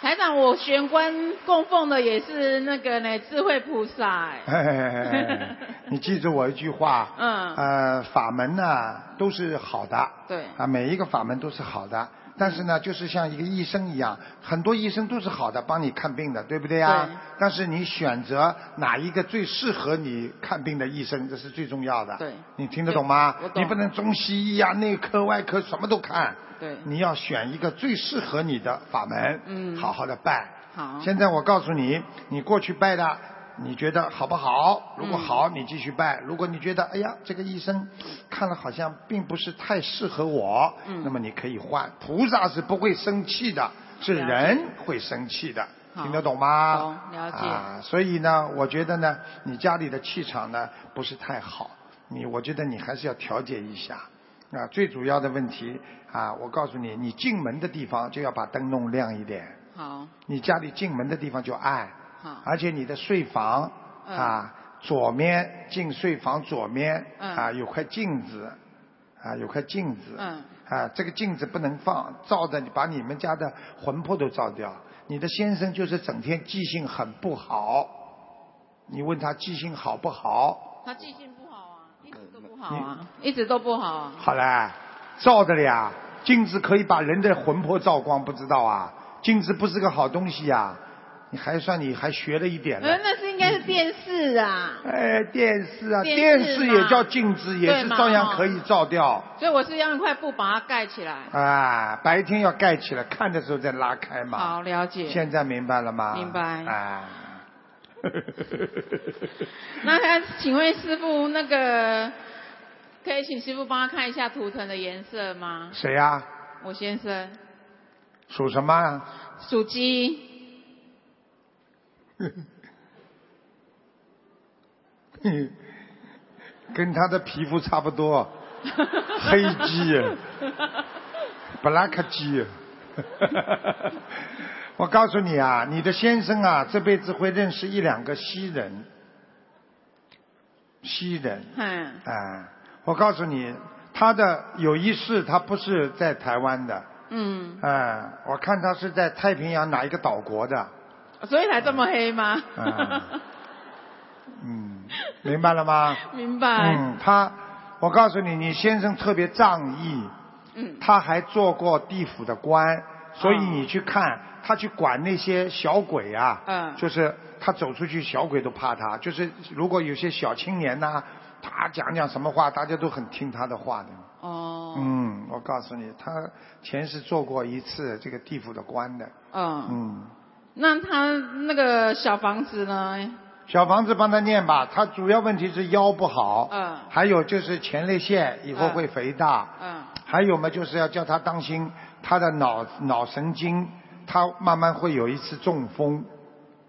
Speaker 6: 台长，我玄关供奉的也是那个呢智慧菩萨，哎
Speaker 2: 嘿嘿嘿嘿你记住我一句话，
Speaker 6: 嗯
Speaker 2: 呃，法门呢都是好的，
Speaker 6: 对
Speaker 2: 啊，每一个法门都是好的，但是呢，就是像一个医生一样，很多医生都是好的，帮你看病的，对不对啊
Speaker 6: 对？
Speaker 2: 但是你选择哪一个最适合你看病的医生，这是最重要的。
Speaker 6: 对
Speaker 2: 你听得懂吗
Speaker 6: 对我？懂
Speaker 2: 你不能中西医啊、内科、外科什么都看，
Speaker 6: 对
Speaker 2: 你要选一个最适合你的法门，
Speaker 6: 嗯
Speaker 2: 好好的拜。
Speaker 6: 好 [LAUGHS]
Speaker 2: 现在我告诉你，你过去拜的，你觉得好不好？如果
Speaker 6: 嗯
Speaker 2: 好，你继续拜；如果你觉得，哎呀，这个医生看了好像并不是太适合我，
Speaker 6: 嗯
Speaker 2: 那么你可以换。菩萨是不会生气的，是
Speaker 6: 了解
Speaker 2: 人会生气的，
Speaker 6: 好
Speaker 2: 听得懂吗？
Speaker 6: 懂了解
Speaker 2: 啊，所以呢，我觉得呢，你家里的气场呢不是太好，你我觉得你还是要调节一下。啊，最主要的问题啊，我告诉你，你进门的地方就要把灯弄亮一点。
Speaker 6: 好
Speaker 2: 你家里进门的地方就暗，
Speaker 6: 好
Speaker 2: 而且你的睡房、
Speaker 6: 嗯
Speaker 2: 啊，左面进睡房左面、
Speaker 6: 嗯
Speaker 2: 啊有块镜子，啊有块镜子，
Speaker 6: 嗯
Speaker 2: 啊这个镜子不能放，照的你把你们家的魂魄都照掉。你的先生就是整天记性很不好，你问他记性好不好？
Speaker 6: 他记性不好啊，一直都不好啊，一直都不好啊。
Speaker 2: 好啦，照的了呀，镜子可以把人的魂魄照光，不知道啊？镜子不是个好东西呀、啊你还算你还学了一点呢。
Speaker 6: 呃，那是应该是电视啊，
Speaker 2: 哎，电视啊，
Speaker 6: 电
Speaker 2: 电
Speaker 6: 视嘛
Speaker 2: 视也叫镜子，也
Speaker 6: 对
Speaker 2: 是
Speaker 6: 嘛
Speaker 2: 照样可以照掉
Speaker 6: 所以我是用一块布把它盖起来。
Speaker 2: 啊。白天要盖起来，看的时候再拉开嘛。
Speaker 6: 好，了解。
Speaker 2: 现在明白了吗？
Speaker 6: 明白
Speaker 2: 啊。
Speaker 6: 那他请问师傅，那个可以请师傅帮他看一下图腾的颜色吗？
Speaker 2: 谁呀、
Speaker 6: 我先生
Speaker 2: 属什么啊？ [LAUGHS]
Speaker 6: 属鸡，
Speaker 2: 跟他的皮肤差不多，黑鸡，black 鸡。啊 [LAUGHS] 我告诉你啊，你的先生啊，这辈子会认识一两个西人，西人。
Speaker 6: 嗯，
Speaker 2: 啊，我告诉你，他的有一世他不是在台湾的，
Speaker 6: 嗯，
Speaker 2: 啊，我看他是在太平洋哪一个岛国的，
Speaker 6: 所以才这么黑吗？
Speaker 2: 嗯嗯，明白了吗？
Speaker 6: [LAUGHS] 明白。
Speaker 2: 嗯，他，我告诉你，你先生特别仗义，
Speaker 6: 嗯，
Speaker 2: 他还做过地府的官，所以你去看他去管那些小鬼啊，
Speaker 6: 嗯
Speaker 2: 就是他走出去小鬼都怕他，就是如果有些小青年呐、他讲讲什么话，大家都很听他的话的。
Speaker 6: 哦，
Speaker 2: 嗯，我告诉你，他前世做过一次这个地府的官的。
Speaker 6: 嗯，
Speaker 2: 嗯，
Speaker 6: 那他那个小房子呢？
Speaker 2: 小房子帮他念吧，他主要问题是腰不好，
Speaker 6: 嗯
Speaker 2: 还有就是前列腺以后
Speaker 6: 嗯
Speaker 2: 会肥大，
Speaker 6: 嗯，
Speaker 2: 还有嘛就是要叫他当心他的脑脑神经，他慢慢会有一次中风。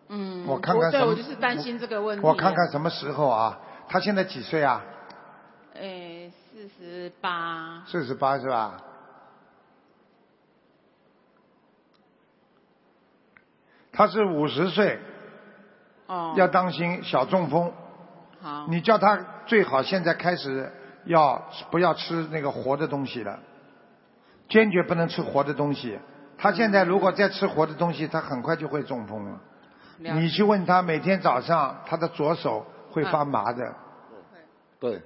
Speaker 6: 嗯，
Speaker 2: 我看看什
Speaker 6: 对，
Speaker 2: 么
Speaker 6: 我就是担心这个问题。
Speaker 2: 我看看什么时候啊？他现在几岁啊？
Speaker 6: 诶，哎四十八，
Speaker 2: 四十八是吧？他是五十岁，
Speaker 6: 哦，
Speaker 2: 要当心小中风。
Speaker 8: 啊
Speaker 6: 好，
Speaker 2: 你叫他最好现在开始要不要吃那个活的东西了，坚决不能吃活的东西。他现在如果再吃活的东西，他很快就会中风了。
Speaker 6: 了
Speaker 2: 你去问他，每天早上他的左手会发麻的，
Speaker 7: 对，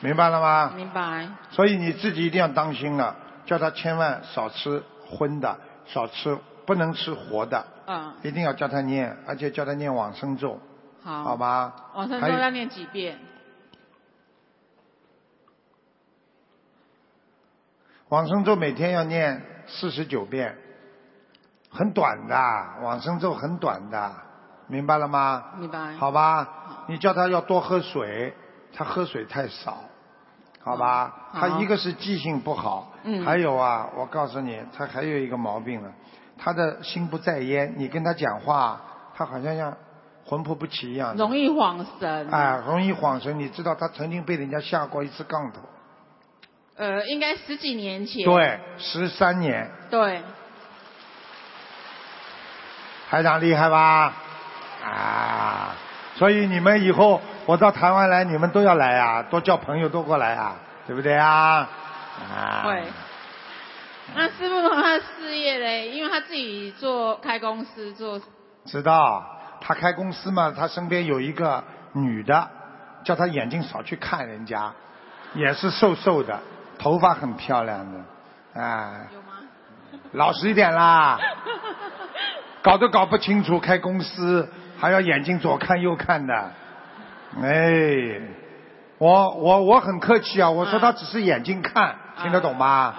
Speaker 2: 明白了吗？
Speaker 6: 明白。
Speaker 2: 所以你自己一定要当心了，叫他千万少吃荤的，少吃不能吃活的，
Speaker 6: 嗯，
Speaker 2: 一定要叫他念，而且叫他念往生咒，
Speaker 6: 好。
Speaker 2: 好。吗？
Speaker 6: 往生咒
Speaker 2: 还有
Speaker 6: 哦要念几遍？
Speaker 2: 往生咒每天要念四十九遍，很短的，往生咒很短的，明白了吗？
Speaker 6: 明白。
Speaker 2: 好吧，你叫他要多喝水，他喝水太少，好吧？
Speaker 6: 好
Speaker 2: 他一个是记性不好，
Speaker 6: 嗯
Speaker 2: 还有啊，我告诉你，他还有一个毛病了，他的心不在焉，你跟他讲话，他好像像魂魄不齐一样的，
Speaker 6: 容易晃神。
Speaker 2: 哎，容易晃神。你知道他曾经被人家下过一次杠头，
Speaker 6: 呃，应该十几年前。
Speaker 2: 对，十三年，
Speaker 6: 对，
Speaker 2: 台长厉害吧？啊，所以你们以后我到台湾来，你们都要来啊，多叫朋友都过来啊，对不对啊？啊，
Speaker 6: 会。那师傅的话事业嘞，因为他自己做开公司做， [LAUGHS]
Speaker 2: 知道他开公司嘛，他身边有一个女的，叫他眼睛少去看人家，也是瘦瘦的，头发很漂亮的，啊，
Speaker 6: 有吗？
Speaker 2: 老实一点
Speaker 6: [LAUGHS]
Speaker 2: 啦，搞都搞不清楚，开公司还要眼睛左看右看的，哎，我我我很客气啊，我说
Speaker 6: 嗯
Speaker 2: 他只是眼睛看，听得懂吗？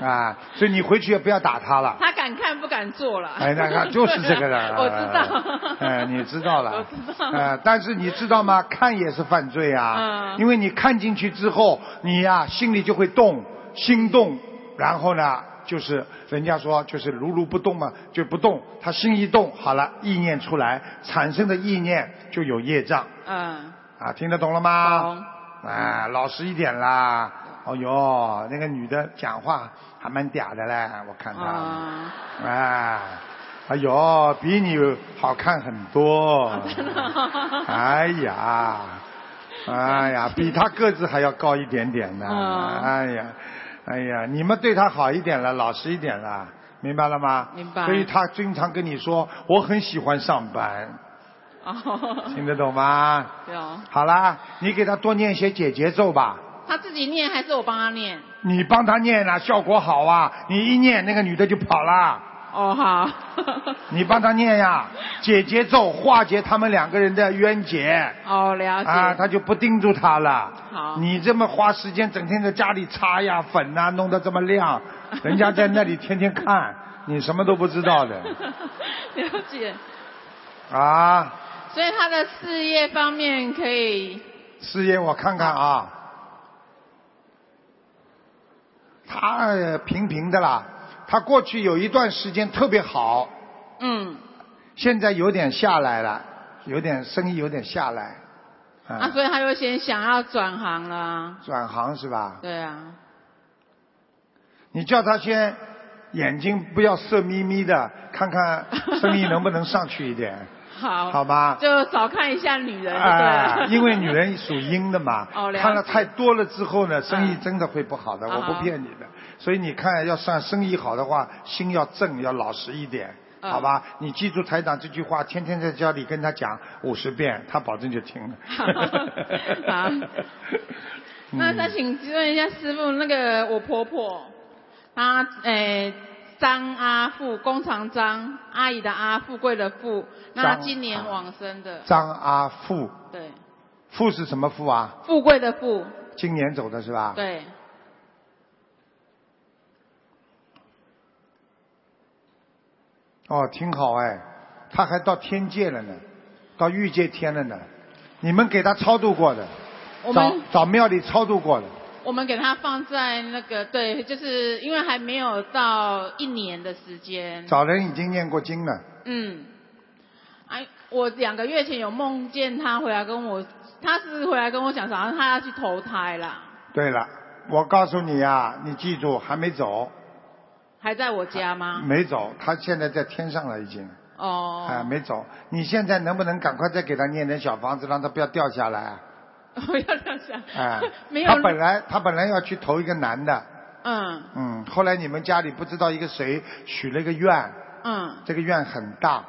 Speaker 6: 啊，
Speaker 2: 啊，所以你回去也不要打他了。
Speaker 6: 他敢看不敢做了。
Speaker 2: 哎，那个就是这个的。
Speaker 6: [LAUGHS] 我知道。
Speaker 2: 哎，你知
Speaker 6: [LAUGHS]
Speaker 2: 道了。
Speaker 6: 我知道。
Speaker 2: 哎，但是你知道吗？看也是犯罪啊。
Speaker 6: 嗯
Speaker 2: 因为你看进去之后，你呀、心里就会动，心动，然后呢，就是人家说就是如如不动嘛，就不动。他心一动，好了，意念出来，产生的意念就有业障
Speaker 6: 嗯，
Speaker 2: 啊，听得懂了吗？
Speaker 3: 哦
Speaker 6: 懂。
Speaker 2: 啊，老实一点啦。哦哟，那个女的讲话还蛮嗲的嘞，我看她。
Speaker 6: 啊，
Speaker 2: 哎，哎呦，比你好看很
Speaker 6: [LAUGHS]
Speaker 2: 多。
Speaker 8: 哦
Speaker 2: 哎呀，哎
Speaker 6: [LAUGHS]
Speaker 2: 呀，比他个子还要高一点点呢。
Speaker 6: 嗯
Speaker 2: 哎呀，哎呀，你们对他好一点了，老实一点了，明白了吗？
Speaker 6: 明白
Speaker 2: 所以他经常跟你说，我很喜欢上班，
Speaker 6: 哦，
Speaker 2: 听得懂吗？
Speaker 6: 对哦，
Speaker 2: 好啦，你给他多念些解结咒吧。
Speaker 6: 他自己念还是我帮他念？
Speaker 2: 你帮他念啊，效果好啊！你一念，那个女的就跑啦。
Speaker 6: 哦，好， [LAUGHS]
Speaker 2: 你帮他念呀，解结咒化解他们两个人的冤结
Speaker 6: 哦，了解。
Speaker 2: 啊，他就不盯住他了。
Speaker 6: 好
Speaker 2: 你这么花时间，整天在家里擦呀粉呐、弄得这么亮，人家在那里天天看，你什么都不知道的
Speaker 6: [LAUGHS] 了解，
Speaker 2: 啊。
Speaker 6: 所以他的事业方面可以，
Speaker 2: 师爷，我看看啊，他呃平平的啦，他过去有一段时间特别好，
Speaker 6: 嗯，
Speaker 2: 现在有点下来了，有点生意有点下来，啊
Speaker 6: 啊，所以他就先想要转行了啊。
Speaker 2: 转行是吧？
Speaker 6: 对啊，
Speaker 2: 你叫他先眼睛不要色眯眯的，看
Speaker 6: [LAUGHS]
Speaker 2: 看生意能不能上去一点，
Speaker 6: 好，
Speaker 2: 好吧？
Speaker 6: 就少看一下女人，对
Speaker 2: 啊、
Speaker 6: 了。
Speaker 2: 因为女人属阴的嘛，
Speaker 6: [LAUGHS] 哦了解
Speaker 2: 看了太多了之后呢，生意
Speaker 6: 嗯
Speaker 2: 真的会不好的，
Speaker 6: 啊
Speaker 2: 我不骗你的。所以你看，要算生意好的话，心要正，要老实一点，
Speaker 6: 嗯
Speaker 2: 好吧？你记住台长这句话，天天在家里跟他讲五十遍，他保证就听了。
Speaker 6: [LAUGHS] 好
Speaker 2: 嗯
Speaker 6: 那那请问一下师傅，那个我婆婆，她诶张阿富，工厂张阿姨的阿，富贵的富，那她
Speaker 2: 张
Speaker 6: 今年
Speaker 2: 阿
Speaker 6: 往生的，
Speaker 2: [LAUGHS] 张啊阿富，
Speaker 6: 对，
Speaker 2: 富是什么富啊？
Speaker 6: 富贵的富，
Speaker 2: 今年走的是吧？。
Speaker 6: 对，
Speaker 2: 哦，挺好哎，他还到天界了呢，到欲界天了呢。你们给他超度过的，
Speaker 6: 我
Speaker 2: 找
Speaker 6: 们
Speaker 2: 找庙里超度过的。
Speaker 6: 我们给她放在那个对，就是因为还没有到一年的时间，
Speaker 2: 找人已经念过经了，
Speaker 6: 嗯，哎，我两个月前有梦见她回来跟我，她是回来跟我讲啥，她要去投胎啦，
Speaker 2: 对了，我告诉你啊，你记住，还没走，
Speaker 6: 还在我家吗？
Speaker 2: 没走，他现在在天上了已经，
Speaker 6: 哦， [LAUGHS]
Speaker 2: 哎，没走。你现在能不能赶快再给他念点小房子，让他不要掉下来？啊
Speaker 6: 我要这样想。，
Speaker 2: 哎
Speaker 6: [LAUGHS] 没有
Speaker 2: 他。本来他本来要去投一个男的，
Speaker 6: 嗯
Speaker 2: 嗯，后来你们家里不知道一个谁许了一个愿，
Speaker 6: 嗯
Speaker 2: 这个愿很大，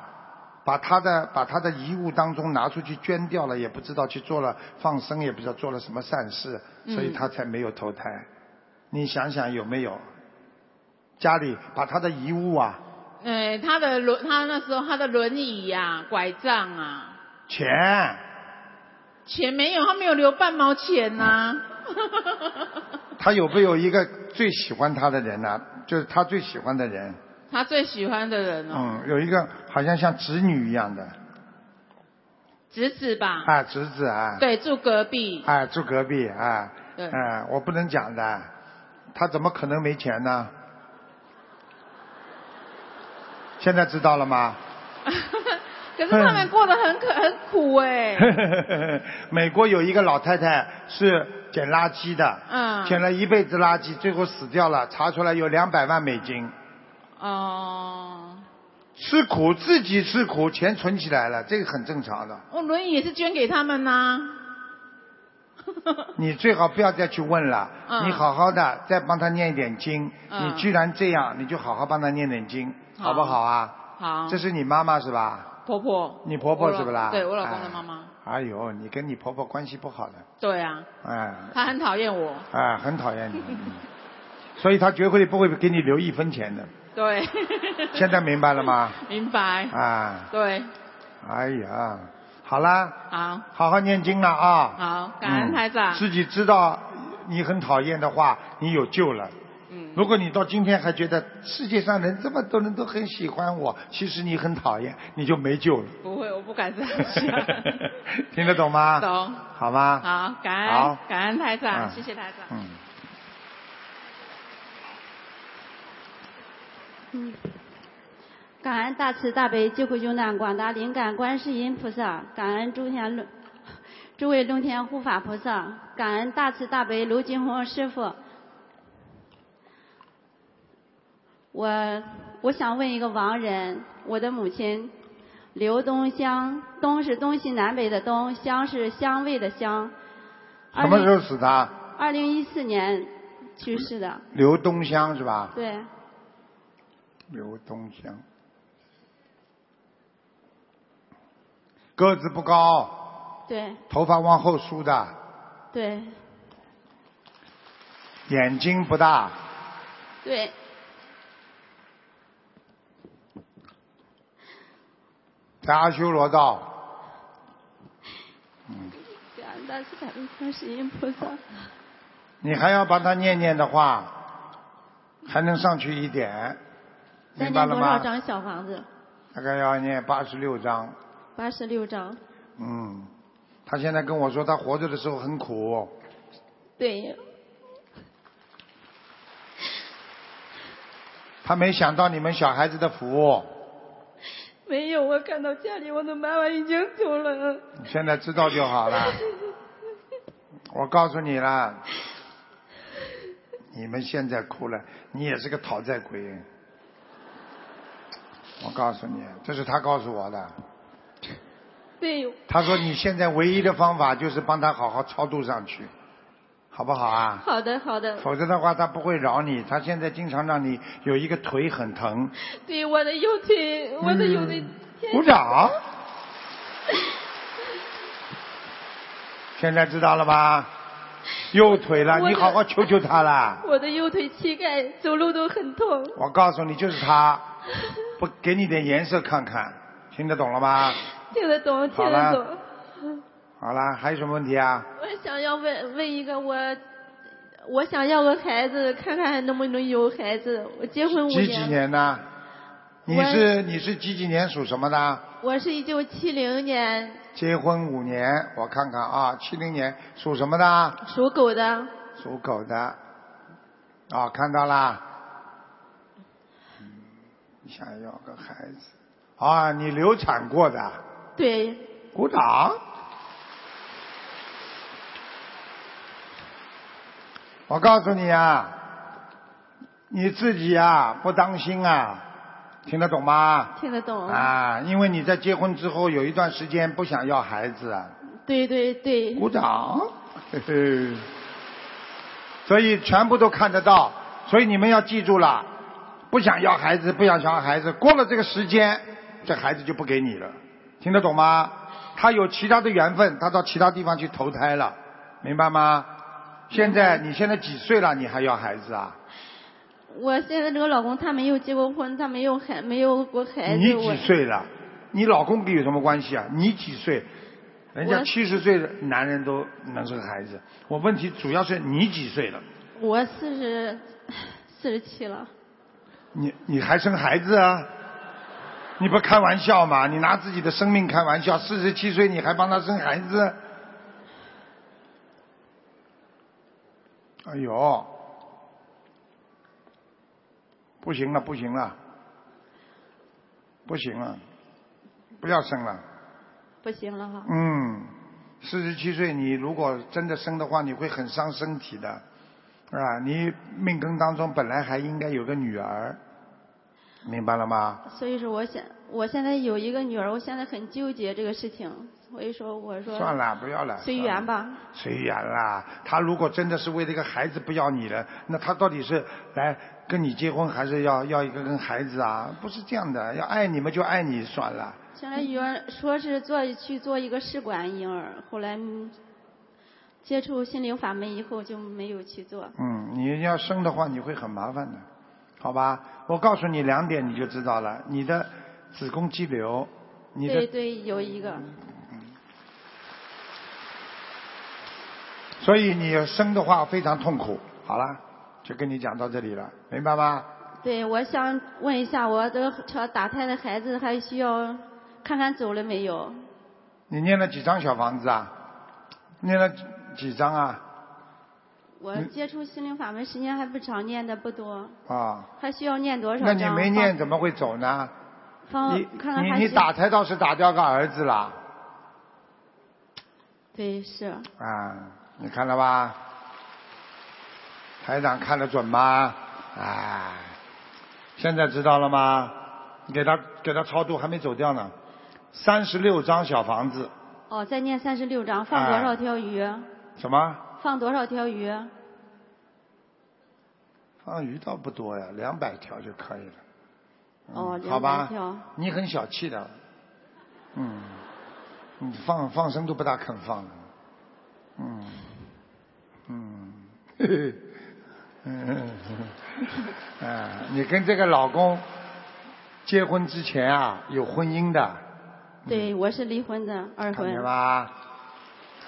Speaker 2: 把他的把他的遗物当中拿出去捐掉了，也不知道去做了放生，也不知道做了什么善事，所以他才没有投胎。你想想有没有？家里把他的遗物啊、
Speaker 6: 哎，他的轮，他那时候他的轮椅呀、拐杖啊，
Speaker 2: 钱，
Speaker 6: 钱没有，他没有留半毛钱呐、啊
Speaker 2: 他有没有一个最喜欢他的人呢、啊就是他最喜欢的人，
Speaker 6: 他最喜欢的人哦，
Speaker 2: 嗯，有一个好像像侄女一样的，
Speaker 6: 侄子吧，
Speaker 2: 啊，侄子啊，
Speaker 6: 对，住隔壁，
Speaker 2: 啊，住隔壁啊，
Speaker 6: [LAUGHS] 对
Speaker 2: 嗯，我不能讲的，他怎么可能没钱
Speaker 6: [LAUGHS]
Speaker 2: 呢？现在知道了
Speaker 6: [LAUGHS]
Speaker 2: 吗？
Speaker 6: 可是他们过得很可很苦哎、
Speaker 2: 美国有一个老太太是捡垃圾的，
Speaker 6: 嗯
Speaker 2: 捡了一辈子垃圾，最后死掉了，查出来有两百万美金，嗯
Speaker 6: 哦，
Speaker 2: 吃苦自己吃苦，钱存起来了，这个很正常的。
Speaker 6: 我哦轮椅也是捐给他们呐、
Speaker 2: 你最好不要再去问了，
Speaker 6: 嗯
Speaker 2: 你好好的再帮他念一点经。
Speaker 6: 嗯
Speaker 2: 你居然这样，你就好好帮他念点经，好
Speaker 6: 好
Speaker 2: 不好啊？
Speaker 6: 好，
Speaker 2: 这是你妈妈是吧？
Speaker 6: 婆婆，
Speaker 2: 你婆婆是不啦？
Speaker 6: 我老对我老公的妈妈，
Speaker 2: 哎。哎呦，你跟你婆婆关系不好的，
Speaker 6: 对啊，
Speaker 2: 哎
Speaker 6: 她很讨
Speaker 2: [LAUGHS]
Speaker 6: 厌我，
Speaker 2: 哎，很讨厌你，嗯所以她绝对不会给你留一分钱的。
Speaker 6: 对，
Speaker 2: 现在明白了吗？
Speaker 6: [LAUGHS] 明白，
Speaker 2: 啊，
Speaker 6: 对，
Speaker 2: 哎呀，好啦，
Speaker 6: 好，
Speaker 2: 好好念经了啊。
Speaker 6: 好，感
Speaker 2: 嗯
Speaker 6: 恩台长，
Speaker 2: 自己知道你很讨厌的话，你有救了。
Speaker 6: 嗯，
Speaker 2: 如果你到今天还觉得世界上人这么多人都很喜欢我，其实你很讨厌，你就没
Speaker 6: [LAUGHS]
Speaker 2: 救了。
Speaker 6: 不会，我不敢这样
Speaker 2: [LAUGHS]
Speaker 6: 想。
Speaker 2: 听得懂吗？
Speaker 6: 懂
Speaker 2: 好吗？
Speaker 6: 好，感恩
Speaker 2: 好
Speaker 6: 感恩台长，
Speaker 2: 嗯
Speaker 6: 谢谢台长。
Speaker 2: 嗯。
Speaker 7: 嗯感恩大慈大悲救苦救难广大灵感观世音菩萨，感恩诸天龙，诸位龙天护法菩萨，感恩大慈大悲卢金红师傅。我我想问一个亡人，我的母亲刘东香，东是东西南北的东，香是香味的香。
Speaker 2: 什么时候死的？
Speaker 7: 二零一四年去世的，
Speaker 2: 刘东乡是吧？
Speaker 7: 对，
Speaker 2: 刘东乡，个子不高，
Speaker 7: 对，
Speaker 2: 头发往后梳的，
Speaker 7: 对，
Speaker 2: 眼睛不大，
Speaker 7: 对。
Speaker 2: 在阿修罗道。嗯
Speaker 7: 感恩大慈大悲观世音菩萨。
Speaker 2: 你还要帮他念念的话，还能上去一点，
Speaker 7: 再
Speaker 2: 明白
Speaker 7: 念
Speaker 2: 了
Speaker 7: 多少
Speaker 2: 吗？
Speaker 7: 张小房子？
Speaker 2: 大概要念八十六章。
Speaker 7: 八十六张。
Speaker 2: 嗯，他现在跟我说他活着的时候很苦，
Speaker 7: 对， [LAUGHS]
Speaker 2: 他没想到你们小孩子的福，
Speaker 7: 没有，我看到家里我的妈妈已经走了。
Speaker 2: 现在知道就好了。我告诉你了，你们现在哭了，你也是个讨债鬼。我告诉你，这是他告诉我的。
Speaker 7: [LAUGHS] 对，
Speaker 2: 他说你现在唯一的方法就是帮他好好超度上去，好不好啊？
Speaker 7: 好的好的，
Speaker 2: 否则的话，他不会饶你。他现在经常让你有一个腿很疼。
Speaker 7: 对我的右腿，我的右腿。
Speaker 2: 嗯鼓掌。现在知道了吧？右腿了，
Speaker 7: 我
Speaker 2: 你好好求求他啦！
Speaker 7: 我的右腿膝盖走路都很痛，
Speaker 2: 我告诉你，就是他，不给你点颜色看看，听得懂了吗？
Speaker 7: 听得懂听
Speaker 2: 好
Speaker 7: 得
Speaker 2: 了
Speaker 7: 懂。
Speaker 2: 好了，还有什么问题啊？
Speaker 7: 我想要问问一个我，我想要个孩子，看看能不能有孩子。我结婚五
Speaker 2: 几几
Speaker 7: 年，
Speaker 2: 年呢？你是你是几几年属什么的？
Speaker 7: 我是一九七零年
Speaker 2: 结婚五年，我看看啊，七零年属什么的？
Speaker 7: 属狗的，
Speaker 2: 属狗的。啊、看到啦。嗯，想要个孩子。啊，你流产过的？
Speaker 7: 对，
Speaker 2: 鼓掌。我告诉你啊，你自己啊不当心啊，听得懂吗？
Speaker 7: 听得懂。
Speaker 2: 啊，因为你在结婚之后有一段时间不想要孩子啊。
Speaker 7: 对对对，
Speaker 2: 鼓掌， [LAUGHS] 嘿嘿。所以全部都看得到，所以你们要记住了，不想要孩子，不想要孩子，过了这个时间，这孩子就不给你了，听得懂吗？他有其他的缘分，他到其他地方去投胎了，明白吗？现在你现在几岁了？你还要孩子啊？
Speaker 7: 我现在这个老公他没有结过婚，他没有孩没有过孩
Speaker 2: 你
Speaker 7: 子，我
Speaker 2: 几岁了？你老公跟有什么关系啊？你几岁？人家
Speaker 7: 我
Speaker 2: 七十岁的男人都能生孩子，我问题主要是你几岁了？
Speaker 7: 我四十四十七了，
Speaker 2: 你你还生孩子啊？你不开玩笑吗？你拿自己的生命开玩笑，四十七岁你还帮他生孩子？哎呦，不行了，不行了，不行了，不要生了。
Speaker 7: 不行了哈。
Speaker 2: 嗯，四十七岁，你如果真的生的话，你会很伤身体的，啊，你命根当中本来还应该有个女儿，明白了吗？
Speaker 7: 所以说我现我现在有一个女儿，我现在很纠结这个事情，所以说我说
Speaker 2: 算了，不要了，
Speaker 7: 随缘吧。
Speaker 2: 随缘啦。他如果真的是为这个孩子不要你了，那他到底是来跟你结婚，还是要要一个跟孩子啊？不是这样的，要爱你们就爱你算了。
Speaker 7: 现在有人说是做去做一个试管婴儿，后来嗯接触心灵法门以后就没有去做。
Speaker 2: 嗯，你要生的话，你会很麻烦的，好吧？我告诉你两点，你就知道了。你的子宫肌瘤，你
Speaker 7: 对
Speaker 2: 的，
Speaker 7: 对，有一个
Speaker 2: 所以你生的话非常痛苦。好了，就跟你讲到这里了，明白吗？
Speaker 7: 对，我想问一下，我这个要打胎的孩子还需要看看走了没有？
Speaker 2: 你念了几张小房子啊？念了几几张啊？
Speaker 7: 我
Speaker 2: 嗯
Speaker 7: 接触心灵法门时间还不长，念的不多，
Speaker 2: 啊，
Speaker 7: 还需要念多少
Speaker 2: 那
Speaker 7: 章？
Speaker 2: 你没念怎么会走呢？
Speaker 7: 方？方
Speaker 2: 你
Speaker 7: 看看
Speaker 2: 你
Speaker 7: 还
Speaker 2: 你
Speaker 7: 需
Speaker 2: 打胎倒是打掉个儿子啦，
Speaker 7: 对是，
Speaker 2: 啊，你看了吧？台长看得准吗？啊，现在知道了吗？你给他给他超度还没走掉呢，三十六张小房子，
Speaker 7: 哦，再念三十六章，放
Speaker 2: 哎
Speaker 7: 多少条鱼？
Speaker 2: 什么？
Speaker 7: 放多少条鱼？
Speaker 2: 嗯放鱼倒不多呀，两百条就可以了。嗯
Speaker 7: 哦，
Speaker 2: 好
Speaker 7: 两百
Speaker 2: 吧
Speaker 7: 条。，
Speaker 2: 你很小气的，嗯，你放放生都不大肯放了，嗯，嗯， [LAUGHS] 嘿嘿，嗯，啊，你跟这个老公结婚之前啊，有婚姻的，
Speaker 7: 对，我是离婚的，
Speaker 2: 看
Speaker 7: 二婚。
Speaker 2: 见吧？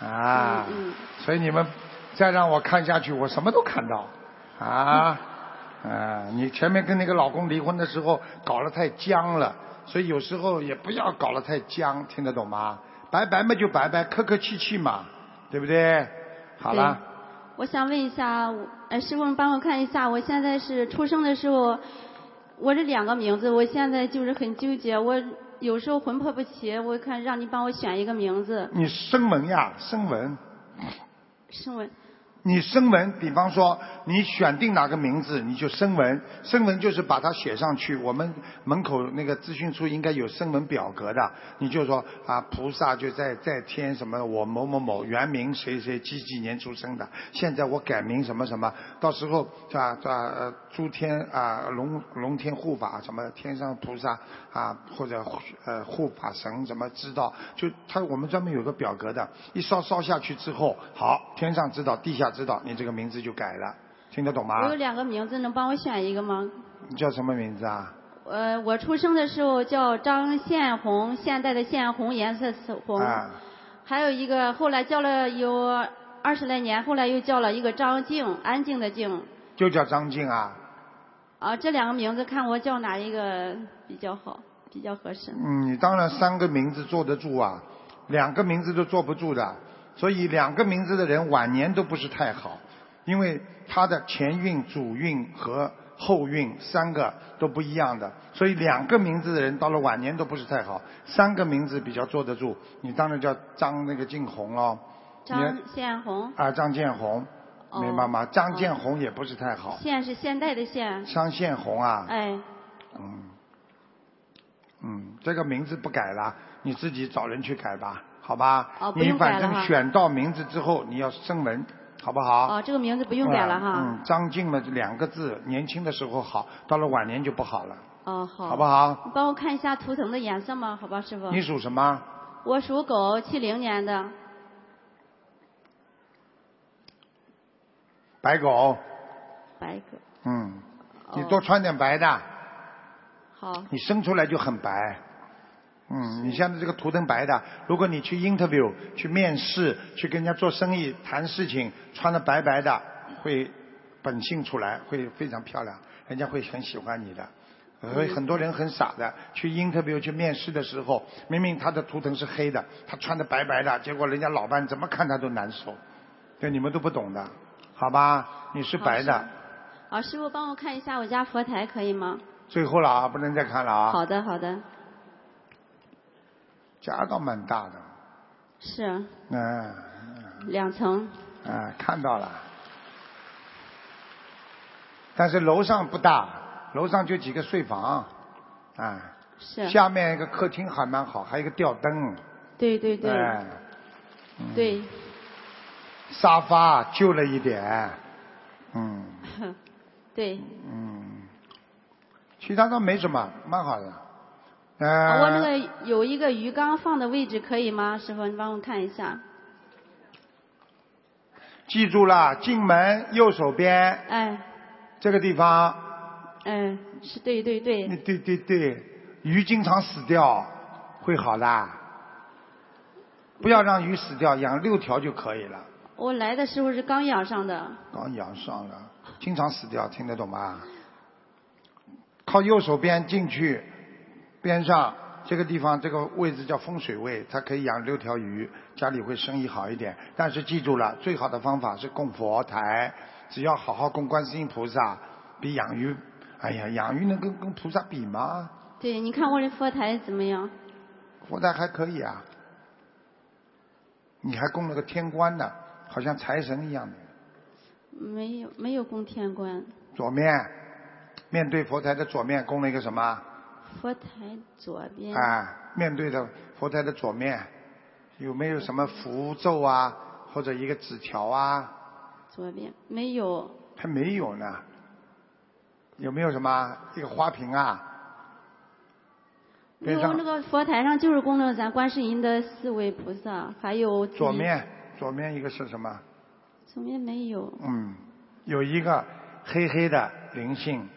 Speaker 2: 啊，
Speaker 7: 嗯嗯
Speaker 2: 所以你们再让我看下去，我什么都看到啊。啊，你前面跟那个老公离婚的时候搞得太僵了，所以有时候也不要搞得太僵，听得懂吗？拜拜嘛就拜拜，客客气气嘛，对不对？好了，
Speaker 7: 我想问一下，我呃，师傅帮我看一下，我现在是出生的时候，我这两个名字，我现在就是很纠结，我有时候魂魄不齐，我看让你帮我选一个名字，
Speaker 2: 你声纹呀，声纹，
Speaker 7: 是我
Speaker 2: 你声纹，比方说你选定哪个名字，你就声纹。声纹就是把它写上去。我们门口那个咨询处应该有声纹表格的，你就说啊，菩萨就在在天什么，我某某某原名谁谁几几年出生的，现在我改名什么什么，到时候是吧？是吧？呃诸天啊，龙龙天护法什么天上菩萨啊，或者呃护法神什么知道，就他我们专门有个表格的，一烧烧下去之后，好，天上知道，地下知道，你这个名字就改了，听得懂
Speaker 7: 我
Speaker 2: 吗
Speaker 7: 有？两个名字，能帮我选一个吗？
Speaker 2: 你叫什么名字啊？
Speaker 7: 呃，我出生的时候叫张宪红，现代的宪红颜色是红，
Speaker 2: 啊，
Speaker 7: 还有一个后来叫了有二十来年，后来又叫了一个张静，安静的静，
Speaker 2: 就叫张静啊。
Speaker 7: 啊，这两个名字看我叫哪一个比较好，比较合适。
Speaker 2: 嗯，你当然三个名字坐得住啊，两个名字都坐不住的。所以两个名字的人晚年都不是太好，因为他的前运、主运和后运三个都不一样的，所以两个名字的人到了晚年都不是太好。三个名字比较坐得住，你当然叫张那个静红喽，
Speaker 7: 张宪红，
Speaker 2: 啊张建红，
Speaker 7: 哦
Speaker 2: 明白吗？张建红也不是太好，
Speaker 7: 现是现代的现，
Speaker 2: 张建红啊，
Speaker 7: 哎，
Speaker 2: 嗯，嗯，这个名字不改了，你自己找人去改吧，好吧？
Speaker 7: 哦不
Speaker 2: 你
Speaker 7: 用改
Speaker 2: 反
Speaker 7: 了
Speaker 2: 正
Speaker 7: 哈
Speaker 2: 选到名字之后，你要声纹，好不好？啊嗯
Speaker 7: 哦，这个名字不用改了哈。
Speaker 2: 嗯，张静嘛，两个字，年轻的时候好，到了晚年就不好了，
Speaker 7: 哦，好。
Speaker 2: 好不？好？
Speaker 7: 你帮我看一下图腾的颜色吗？好吧，师傅。
Speaker 2: 你属什么？
Speaker 7: 我属狗，七零年的。
Speaker 2: 白狗。
Speaker 7: 白狗。
Speaker 2: 嗯，
Speaker 7: 哦
Speaker 2: 你多穿点白的，
Speaker 7: 好，
Speaker 2: 你生出来就很白。嗯，你像这个图腾白的，如果你去 interview、去面试、去跟人家做生意、谈事情，穿的白白的，会本性出来，会非常漂亮，人家会很喜欢你的。所以很多人很傻的，去 interview 去面试的时候，明明他的图腾是黑的，他穿的白白的，结果人家老板怎么看他都难受。对，你们都不懂的，好吧？你是白的，
Speaker 7: 好，师傅帮我看一下我家佛台可以吗？
Speaker 2: 最后了啊，不能再看了啊。
Speaker 7: 好的，好的，
Speaker 2: 家倒蛮大的，
Speaker 7: 是
Speaker 2: 嗯、
Speaker 7: 两层。
Speaker 2: 啊、看到了，但是楼上不大，楼上就几个睡房，啊，
Speaker 7: 是。
Speaker 2: 下面一个客厅还蛮好，还有一个吊灯，
Speaker 7: 对对对、
Speaker 2: 哎、嗯
Speaker 7: 对， [LAUGHS]
Speaker 2: 沙发旧了一点，嗯
Speaker 7: 对，
Speaker 2: 嗯，其他倒没什么，蛮好的，呃，
Speaker 7: 我那个有一个鱼缸放的位置可以吗？师傅，你帮我看一下。
Speaker 2: 记住了，进门右手边
Speaker 7: 哎，
Speaker 2: 这个地方，
Speaker 7: 哎，是对对对，
Speaker 2: 对对对，鱼经常死掉，会好的。不要让鱼死掉，养六条就可以了。
Speaker 7: 我来的时候是刚养上的。
Speaker 2: 刚养上了，经常死掉，听得懂吗？靠右手边进去，边上这个地方这个位置叫风水位，它可以养六条鱼，家里会生意好一点。但是记住了，最好的方法是供佛台，只要好好供观世音菩萨，比养鱼，哎呀，养鱼能跟跟菩萨比吗？
Speaker 7: 对，你看我这佛台怎么样？
Speaker 2: 佛台还可以啊，你还供了个天官呢，好像财神一样的。
Speaker 7: 没有没有供天官，
Speaker 2: 左面，面对佛台的左面供了一个什么？
Speaker 7: 佛台左边。
Speaker 2: 啊，面对着佛台的左面，有没有什么符咒啊，或者一个纸条啊？
Speaker 7: 左边没有，
Speaker 2: 还没有呢。有没有什么一个花瓶啊？
Speaker 7: 因
Speaker 2: 边
Speaker 7: 为
Speaker 2: 上
Speaker 7: 我那个佛台上就是供了咱观世音的四位菩萨，还有自己
Speaker 2: 左。面，左面一个是什么？
Speaker 7: 左面没有。
Speaker 2: 嗯，有一个黑黑的灵性，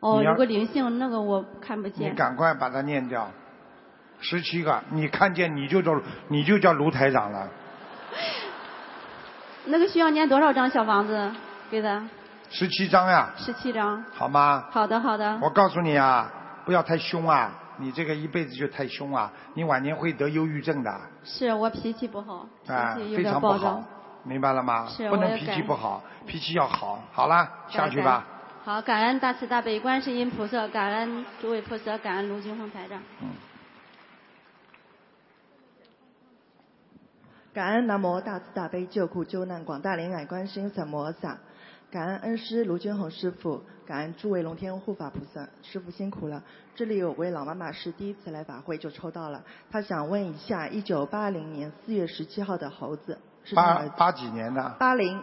Speaker 7: 哦，
Speaker 2: 你要
Speaker 7: 有个灵性，那个我看不
Speaker 2: 你
Speaker 7: 见。
Speaker 2: 赶快把它念掉。十七个，你看见你就叫你就叫卢台长了。
Speaker 7: 那个需要念多少张小房子给他？
Speaker 2: 十七张呀，
Speaker 7: 十七张。
Speaker 2: 好吗？
Speaker 7: 好的，好的。
Speaker 2: 我告诉你啊，不要太凶啊！你这个一辈子就太凶啊，你晚年会得忧郁症的啊，
Speaker 7: 是我脾气不好，脾气有
Speaker 2: 非
Speaker 7: 点
Speaker 2: 常不
Speaker 7: 暴
Speaker 2: 好
Speaker 7: 躁。，
Speaker 2: 明白了吗？
Speaker 7: 是
Speaker 2: 不
Speaker 7: 我
Speaker 2: 能
Speaker 7: 要
Speaker 2: 脾
Speaker 7: 改
Speaker 2: 气不好，脾气要好。好啦，下去
Speaker 7: 改
Speaker 2: 吧。。
Speaker 7: 改好，感恩大慈大悲观世音菩萨，感恩诸位菩萨，感恩卢军红台长。
Speaker 5: 感恩南无大慈大悲救苦救难广大灵感观世音萨摩诃萨，感恩恩师卢军宏师傅，感恩诸位龙天护法菩萨，师傅辛苦了。这里有位老妈妈是第一次来法会就抽到了，她想问一下，一九八零年四月十七号的猴子是她
Speaker 2: 八
Speaker 5: 儿子
Speaker 2: 八几年的？
Speaker 5: 八零，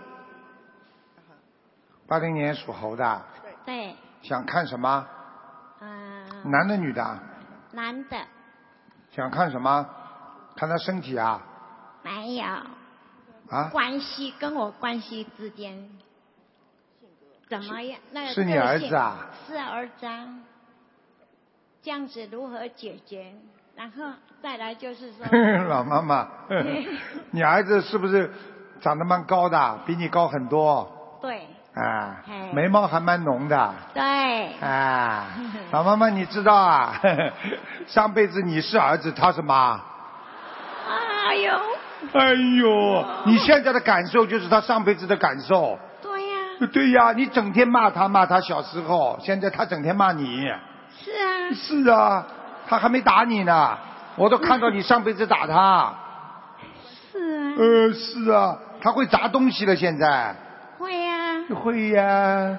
Speaker 2: 八零年属猴的，
Speaker 9: 对，
Speaker 2: 想看什么？
Speaker 9: 嗯，
Speaker 2: 男的女的？
Speaker 9: 男的
Speaker 2: 想看什么？看他身体啊
Speaker 9: 没有
Speaker 2: 啊！
Speaker 9: 关系，跟我关系之间怎么样？那个
Speaker 2: 是你
Speaker 9: 个
Speaker 2: 儿
Speaker 9: 性
Speaker 2: 子啊？，
Speaker 9: 是儿子啊。这样子如何解决？然后再来就是说
Speaker 2: [LAUGHS] [LAUGHS] 老妈
Speaker 7: [LAUGHS]
Speaker 2: 妈，
Speaker 9: [LAUGHS]
Speaker 2: 你儿子是不是长得蛮高的？比你高很多。
Speaker 9: 对
Speaker 2: 啊
Speaker 9: 哎，
Speaker 2: 眉毛还蛮浓的，
Speaker 9: 对，
Speaker 2: 啊，老妈妈你知道啊， [LAUGHS] 上辈子你是儿子，她是妈。
Speaker 9: 哎呦，
Speaker 2: 哎呦，
Speaker 9: 哦
Speaker 2: 你现在的感受就是她上辈子的感受。
Speaker 9: 对呀、
Speaker 2: 对呀、你整天骂她，骂她小时候，现在她整天骂你。
Speaker 9: 是啊，
Speaker 2: 是啊，她还没打你呢，我都看到你上辈子打她。
Speaker 9: 是啊，
Speaker 2: 呃，是啊，她会砸东西了，现在。
Speaker 9: 会呀、啊。
Speaker 2: 会呀、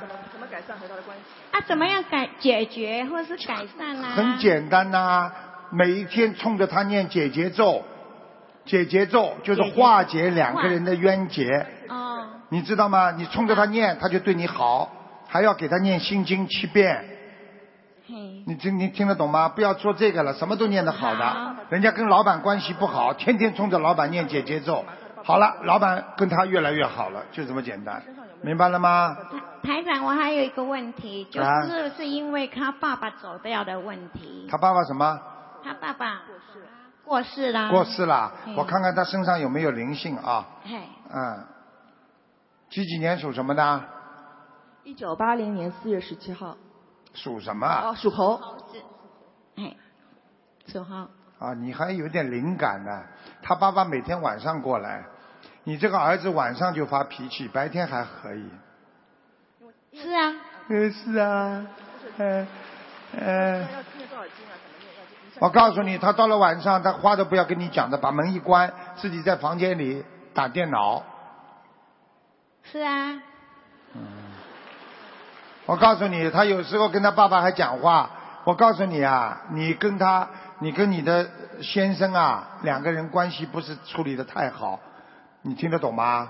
Speaker 9: 怎么样改解决或是改
Speaker 2: [LAUGHS]
Speaker 9: 善啊？
Speaker 2: 很简单呐、每一天冲着他念解结咒，解结咒就是化解两个人的冤结，
Speaker 9: 哦，啊
Speaker 2: 你知道吗？你冲着他念，他就对你好，还要给他念心经七遍，
Speaker 9: 嘿，
Speaker 2: 你听你听得懂吗？不要做这个了，什么都念得好的
Speaker 9: 好，
Speaker 2: 人家跟老板关系不好，天天冲着老板念姐姐咒，好了，老板跟他越来越好了，就这么简单，明白了吗？
Speaker 9: 台长，我还有一个问题，就
Speaker 2: 啊
Speaker 9: 是是因为他爸爸走掉的问题，
Speaker 2: 他爸爸什么
Speaker 9: 他爸爸过世啦，
Speaker 2: 过，世了？
Speaker 9: 嗯
Speaker 2: 我看看他身上有没有灵性啊？
Speaker 9: 嘿，
Speaker 2: 嗯，几几年属什么的？
Speaker 5: 一九八零年四月十七号，
Speaker 2: 属什么啊？
Speaker 5: 哦，属猴，
Speaker 9: 嘿，属猴，
Speaker 2: 啊，你还有点灵感呢、他爸爸每天晚上过来，你这个儿子晚上就发脾气，白天还可以。
Speaker 9: 是啊，
Speaker 2: 嗯，是啊，嗯、
Speaker 9: 呃
Speaker 2: 嗯。我告诉你，他到了晚上，他话都不要跟你讲的，把门一关，自己在房间里打电脑。
Speaker 9: 是啊，
Speaker 2: 我告诉你，他有时候跟他爸爸还讲话。我告诉你啊，你跟他，你跟你的先生啊，两个人关系不是处理的太好，你听得懂吗？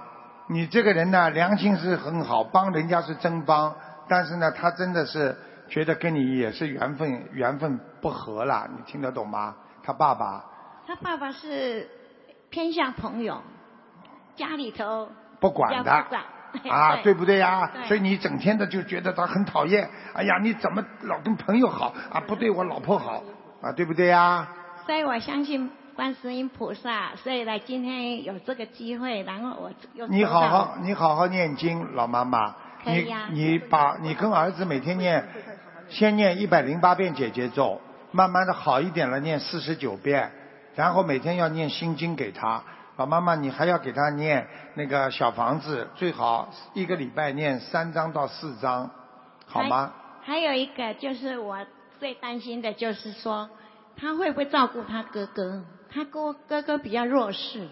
Speaker 2: 你这个人呢，良心是很好，帮人家是真帮，但是呢，他真的是觉得跟你也是缘分，缘分不合了，你听得懂吗？他爸爸
Speaker 9: 他爸爸是偏向朋友，家里头
Speaker 2: 不管的，
Speaker 9: 比较复杂
Speaker 2: [LAUGHS] 啊，对不对呀、
Speaker 9: [LAUGHS] 对
Speaker 2: 所以你整天的就觉得他很讨厌。哎呀，你怎么老跟朋友好啊？不对我老婆好啊，对不对呀、
Speaker 9: 所以我相信观世音菩萨，所以来今天有这个机会，然后我又
Speaker 2: 你
Speaker 9: 抽
Speaker 2: 好
Speaker 9: 到
Speaker 2: 好，你好好念经，老妈妈。
Speaker 9: 可以
Speaker 2: 你
Speaker 9: 呀
Speaker 2: 你把你跟儿子每天念，先念一百零八遍姐姐咒，慢慢的好一点了念四十九遍，然后每天要念心经给他。老妈妈，你还要给他念那个小房子，最好一个礼拜念三章到四章，好吗？
Speaker 9: 还有一个就是我最担心的就是说，他会不会照顾他哥哥？他哥哥哥比较弱势，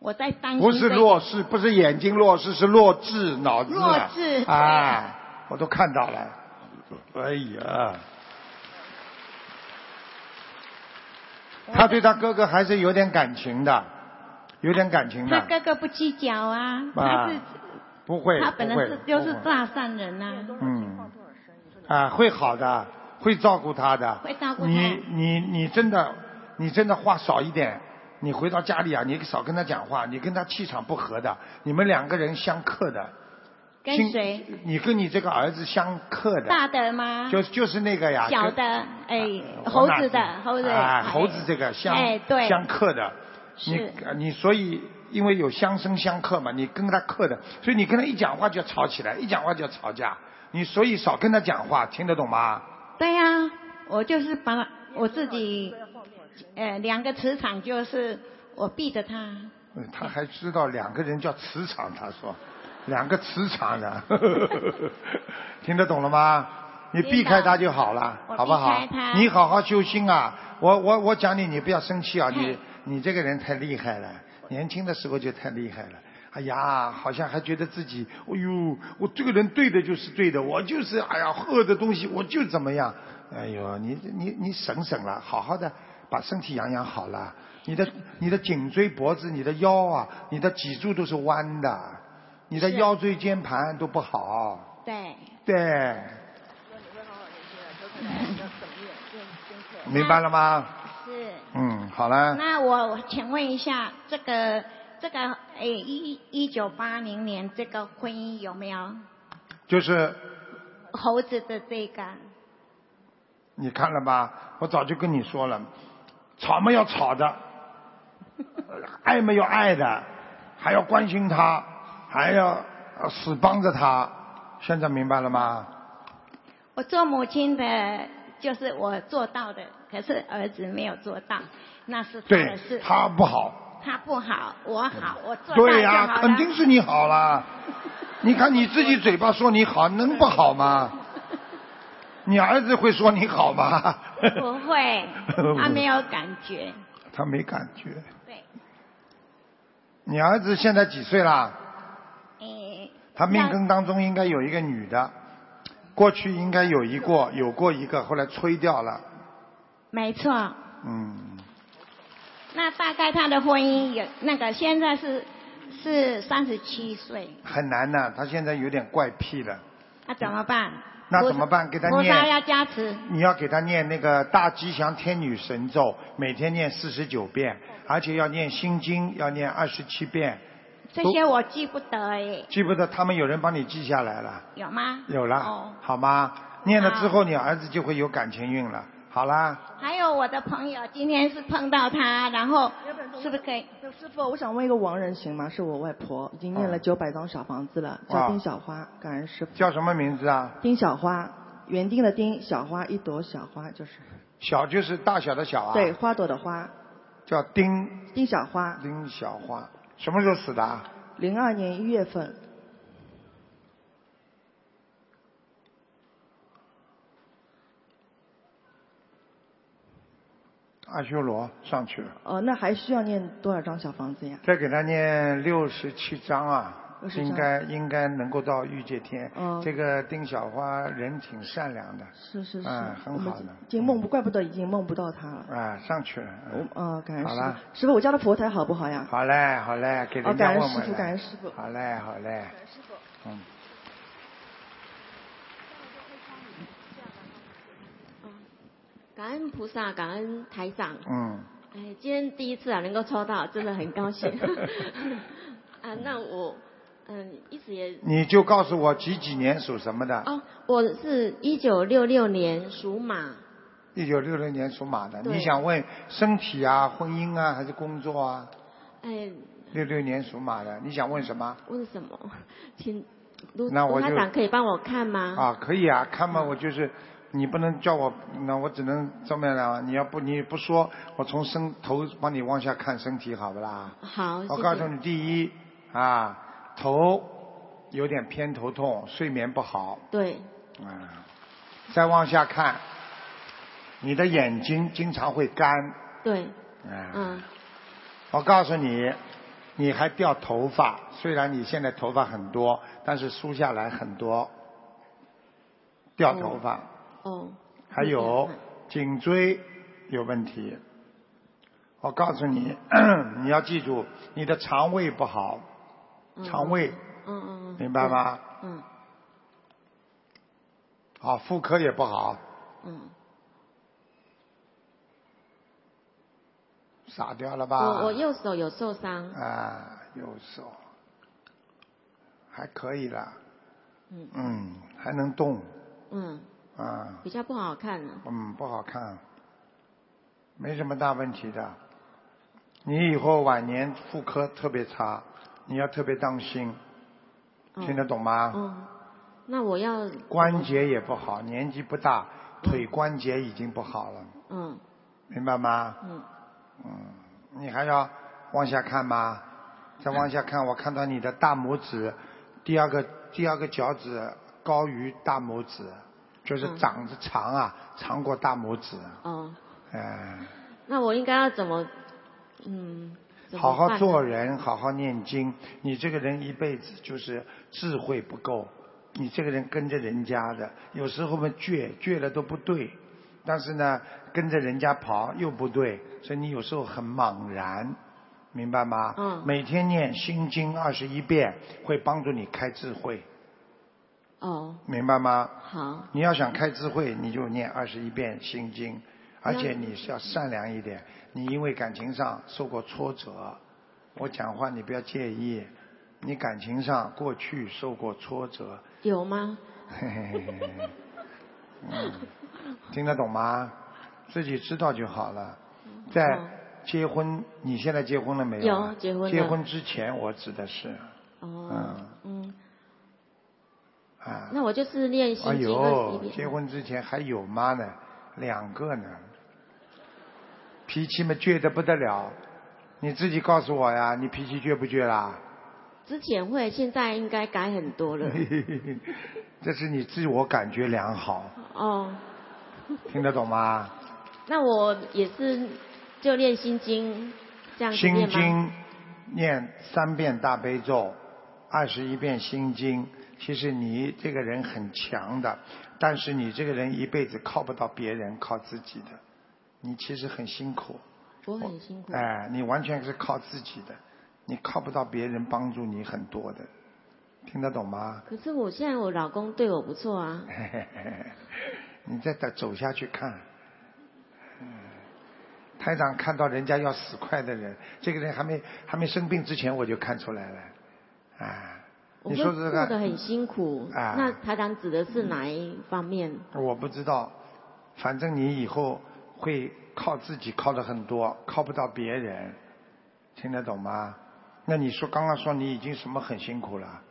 Speaker 9: 我在担心。
Speaker 2: 不是弱势，不是眼睛弱势，是弱智脑子。
Speaker 9: 弱智
Speaker 2: 啊，我都看到了。哎呀，他对他哥哥还是有点感情的，有点感情
Speaker 9: 他
Speaker 2: 的。
Speaker 9: 哥哥不计较啊，
Speaker 2: 啊
Speaker 9: 他是
Speaker 2: 不会，
Speaker 9: 他本来
Speaker 2: 不会
Speaker 9: 是就是
Speaker 2: 不会
Speaker 9: 大善人呐、
Speaker 2: 嗯，啊，会好的，会照顾他的。
Speaker 9: 会照顾他
Speaker 2: 你你你真的，你真的话少一点。你回到家里啊，你少跟他讲话，你跟他气场不合的，你们两个人相克的。
Speaker 9: 跟
Speaker 2: 亲
Speaker 9: 谁？
Speaker 2: 你跟你这个儿子相克的。
Speaker 9: 大的吗？
Speaker 2: 就就是那个呀。
Speaker 9: 小
Speaker 2: 就
Speaker 9: 的，哎，
Speaker 2: 我
Speaker 9: 猴
Speaker 2: 哪
Speaker 9: 子
Speaker 2: 知
Speaker 9: 的，猴子，
Speaker 2: 啊，猴子这个相、
Speaker 9: 哎，对，
Speaker 2: 相克的，你
Speaker 9: 是
Speaker 2: 你所以因为有相生相克嘛，你跟他克的，所以你跟他一讲话就要吵起来，一讲话就要吵架，你所以少跟他讲话，听得懂吗？
Speaker 9: 对呀、我就是把我自己，呃，两个磁场就是我避着他，
Speaker 2: 嗯他还知道两个人叫磁场，他说两个磁场呢， [LAUGHS] 听得懂了吗？你避开他就好了，
Speaker 9: 我
Speaker 2: 好不好
Speaker 9: 避开他？
Speaker 2: 你好好修心啊！我我我讲你，你不要生气啊！你你这个人太厉害了，年轻的时候就太厉害了。哎呀，好像还觉得自己，哎呦，我这个人对的就是对的，我就是哎呀，喝的东西我就怎么样。哎呦，你你你省省了，好好的把身体养养好了。你的你的颈椎、脖子、你的腰啊，你的脊柱都是弯的，你的
Speaker 9: 是
Speaker 2: 腰椎间盘都不好。
Speaker 9: 对。
Speaker 2: 对。明白了吗？
Speaker 9: 是，
Speaker 2: 嗯，好了。
Speaker 9: 那我我请问一下，这个这个诶一一九八零年这个婚姻有没有
Speaker 2: 就是
Speaker 9: 猴子的这个？
Speaker 2: 你看了吧，我早就跟你说了，吵嘛要吵的， [LAUGHS] 爱嘛要爱的，还要关心他，还要呃死帮着他。现在明白了吗？
Speaker 9: 我做母亲的，就是我做到的，可是儿子没有做到，那是他
Speaker 2: 对
Speaker 9: 的事，，
Speaker 2: 他不好，
Speaker 9: 他不好，我好，我做到
Speaker 2: 对
Speaker 9: 就
Speaker 2: 呀、
Speaker 9: 好了。
Speaker 2: 肯定是你好
Speaker 9: [LAUGHS]
Speaker 2: 啦。你看你自己嘴巴说你好，能不好
Speaker 9: [LAUGHS]
Speaker 2: 吗？你儿子会说你好吗？
Speaker 9: 不
Speaker 2: [LAUGHS]
Speaker 9: 会，他没有感觉。
Speaker 2: 他没感觉。
Speaker 9: 对，
Speaker 2: 你儿子现在几岁啦？
Speaker 9: 诶，
Speaker 2: 他命根当中应该有一个女的，过去应该有一
Speaker 9: [LAUGHS]
Speaker 2: 过有过一个，后来吹掉了。
Speaker 9: 没错。
Speaker 2: 嗯，
Speaker 9: 那大概他的婚姻有那个现在是是三十七岁，
Speaker 2: 很难呐、他现在有点怪癖了。
Speaker 9: 那怎么办？
Speaker 2: 那怎么办？给他
Speaker 9: 菩萨要
Speaker 2: 念，
Speaker 9: 加持，
Speaker 2: 你要给他念那个大吉祥天女神咒，每天念四十九遍，而且要念心经，要念二十七遍。
Speaker 9: 这些我记不得哎，
Speaker 2: 记不得他们有人帮你记下来了，
Speaker 9: 有吗？
Speaker 2: [LAUGHS] 有了，
Speaker 9: 哦
Speaker 2: 好吗？念
Speaker 5: 啊
Speaker 2: 了之后，你儿子就会有感情运了。好啦，
Speaker 9: 还有我的朋友，今天是碰到他，然后是不是可以？
Speaker 5: 师傅，我想问一个亡人行吗？是我外婆，已经念了九百张小房子了，叫
Speaker 2: 啊哇
Speaker 5: 丁小花，感恩师傅。
Speaker 2: 叫什么名字啊？
Speaker 5: 丁小花，园丁的丁，小花一朵小花就是，
Speaker 2: 小就是大小的小啊，
Speaker 5: 对，，花朵的花，
Speaker 2: 叫丁
Speaker 5: 丁小花，
Speaker 2: 丁小花，什么时候死的啊？
Speaker 5: 零二年一月份，
Speaker 2: 阿修罗上去了，
Speaker 5: 呃，那还需要念多少张小房子呀？
Speaker 2: 再给他念六十七章啊，
Speaker 5: 67章
Speaker 2: 应该应该能够到御界天。
Speaker 5: 哦
Speaker 2: 这个丁小花人挺善良的，
Speaker 5: 是是是，
Speaker 2: 嗯很
Speaker 5: 我们
Speaker 2: 好的
Speaker 5: 已经梦不，怪不得已经梦不到他了。
Speaker 2: 啊，上去了。嗯
Speaker 5: 我呃，感恩
Speaker 2: 好
Speaker 5: 师
Speaker 2: 了
Speaker 5: 傅，师傅，我家的佛台好不好呀？
Speaker 2: 好嘞，好嘞，哎给人
Speaker 5: 哦
Speaker 2: 家
Speaker 5: 感
Speaker 2: 问问
Speaker 5: 恩师傅
Speaker 2: 了
Speaker 5: 感恩师傅
Speaker 2: 好嘞，好嘞。嗯。
Speaker 10: 感恩菩萨，感恩台长。
Speaker 2: 嗯，
Speaker 10: 哎，今天第一次啊能够抽到，真的很
Speaker 2: [LAUGHS]
Speaker 10: 高兴。啊，那我嗯一直也
Speaker 2: 你就告诉我几几年属什么的？
Speaker 10: 哦，我是一九六六年属马，
Speaker 2: 一九六六年属马的。
Speaker 10: 对
Speaker 2: 你想问身体啊、婚姻啊，还是工作啊？
Speaker 10: 哎，
Speaker 2: 六六年属马的，你想问什么？
Speaker 10: 问什么？请卢
Speaker 2: 那我
Speaker 10: 卢
Speaker 2: 就
Speaker 10: 台长可以帮我看吗？
Speaker 2: 啊，可以啊，看嘛，我就是你不能叫我，那我只能这么样了。你要不你不说，我从身头帮你往下看身体，好不啦？
Speaker 10: 好，
Speaker 2: 我
Speaker 10: 哦谢
Speaker 2: 告诉
Speaker 10: 谢。
Speaker 2: 你，第一啊，头有点偏头痛，睡眠不好。
Speaker 10: 对，
Speaker 2: 嗯，再往下看，你的眼睛经常会干。
Speaker 10: 对，
Speaker 2: 嗯，
Speaker 10: 嗯，
Speaker 2: 我告诉你，你还掉头发，虽然你现在头发很多，但是梳下来很多，掉头发，
Speaker 10: 哦，
Speaker 2: 还有颈椎有问题。我告诉你， [CLEARS THROAT] 你要记住，你的肠胃不好，
Speaker 10: 嗯
Speaker 2: 肠胃
Speaker 10: 嗯嗯，嗯
Speaker 2: 明白？吗？
Speaker 10: 嗯
Speaker 2: 啊，妇科也不好，
Speaker 10: 嗯，
Speaker 2: 傻掉了吧？
Speaker 10: 哦我我右手有受伤，
Speaker 2: 啊，右手还可以啦。
Speaker 10: 嗯
Speaker 2: 嗯，还能动
Speaker 10: 嗯，
Speaker 2: 啊，
Speaker 10: 比较不好看了。
Speaker 2: 嗯，不好看，没什么大问题的。你以后晚年妇科特别差，你要特别当心，
Speaker 10: 嗯
Speaker 2: 听得懂吗？
Speaker 10: 哦，那我要
Speaker 2: 关节也不好，年纪不大，腿关节已经不好了，
Speaker 10: 嗯
Speaker 2: 明白吗？
Speaker 10: 嗯
Speaker 2: 你还要往下看吗？再往下看，我看到你的大拇指，第二个第二个脚趾高于大拇指，就是
Speaker 10: 嗯
Speaker 2: 长得长啊，长过大拇指。
Speaker 10: 哦，
Speaker 2: 哎，
Speaker 10: 那我应该要怎么嗯？怎么
Speaker 2: 好好
Speaker 10: 办
Speaker 2: 做人，好好念经。你这个人一辈子就是智慧不够，你这个人跟着人家的，有时候嘛倔倔了都不对，但是呢跟着人家跑又不对，所以你有时候很茫然，明白吗？
Speaker 10: 嗯
Speaker 2: 每天念心经二十一遍，会帮助你开智慧，
Speaker 10: 哦，
Speaker 2: 明白吗？
Speaker 10: 好
Speaker 2: 你要想开智慧，你就念二十一遍心经，而且你是要善良一点。你因为感情上受过挫折，我讲话你不要介意。你感情上过去受过挫折，
Speaker 10: 有吗？
Speaker 2: 嘿嘿嘿嘿，嗯，听得懂吗？自己知道就好了。在
Speaker 10: 好
Speaker 2: 结婚，你现在结婚了没有啊？
Speaker 10: 有结婚了
Speaker 2: 结婚之前，我指的是
Speaker 10: 哦嗯，
Speaker 2: 啊。
Speaker 10: 那我就是练心
Speaker 2: 哎
Speaker 10: 经二十一
Speaker 2: 呦，
Speaker 10: 遍。
Speaker 2: 结婚之前还有妈呢，两个呢，脾气嘛倔得不得了。你自己告诉我呀，你脾气倔不倔啦？ [LAUGHS]
Speaker 10: 之前会，现在应该改很多了。
Speaker 2: 这是你自我感觉良好，
Speaker 10: 哦，
Speaker 2: 听得懂吗？
Speaker 10: 那我也是就练心经这样子
Speaker 2: 心
Speaker 10: 念吗？
Speaker 2: 经念三遍大悲咒，二十一遍心经。其实你这个人很强的，但是你这个人一辈子靠不到别人，靠自己的。你其实很辛苦。
Speaker 10: 我很辛苦。
Speaker 2: 哎哎，你完全是靠自己的，你靠不到别人帮助你很多的，听得懂吗？ [LAUGHS]
Speaker 10: 可是我现在我老公对我不错啊，
Speaker 2: 你再走走下去看。嗯台长看到人家要死快的人，这个人还没还没生病之前我就看出来了，啊，
Speaker 10: 我
Speaker 2: 你
Speaker 10: 们
Speaker 2: 说这
Speaker 10: 过得
Speaker 2: 个
Speaker 10: 很辛苦。
Speaker 2: 啊
Speaker 10: 那台长指的是哪一方面？
Speaker 2: 我不知道，反正你以后会靠自己靠的很多，靠不到别人，听得懂吗？那你说刚刚说你已经什么很辛苦了？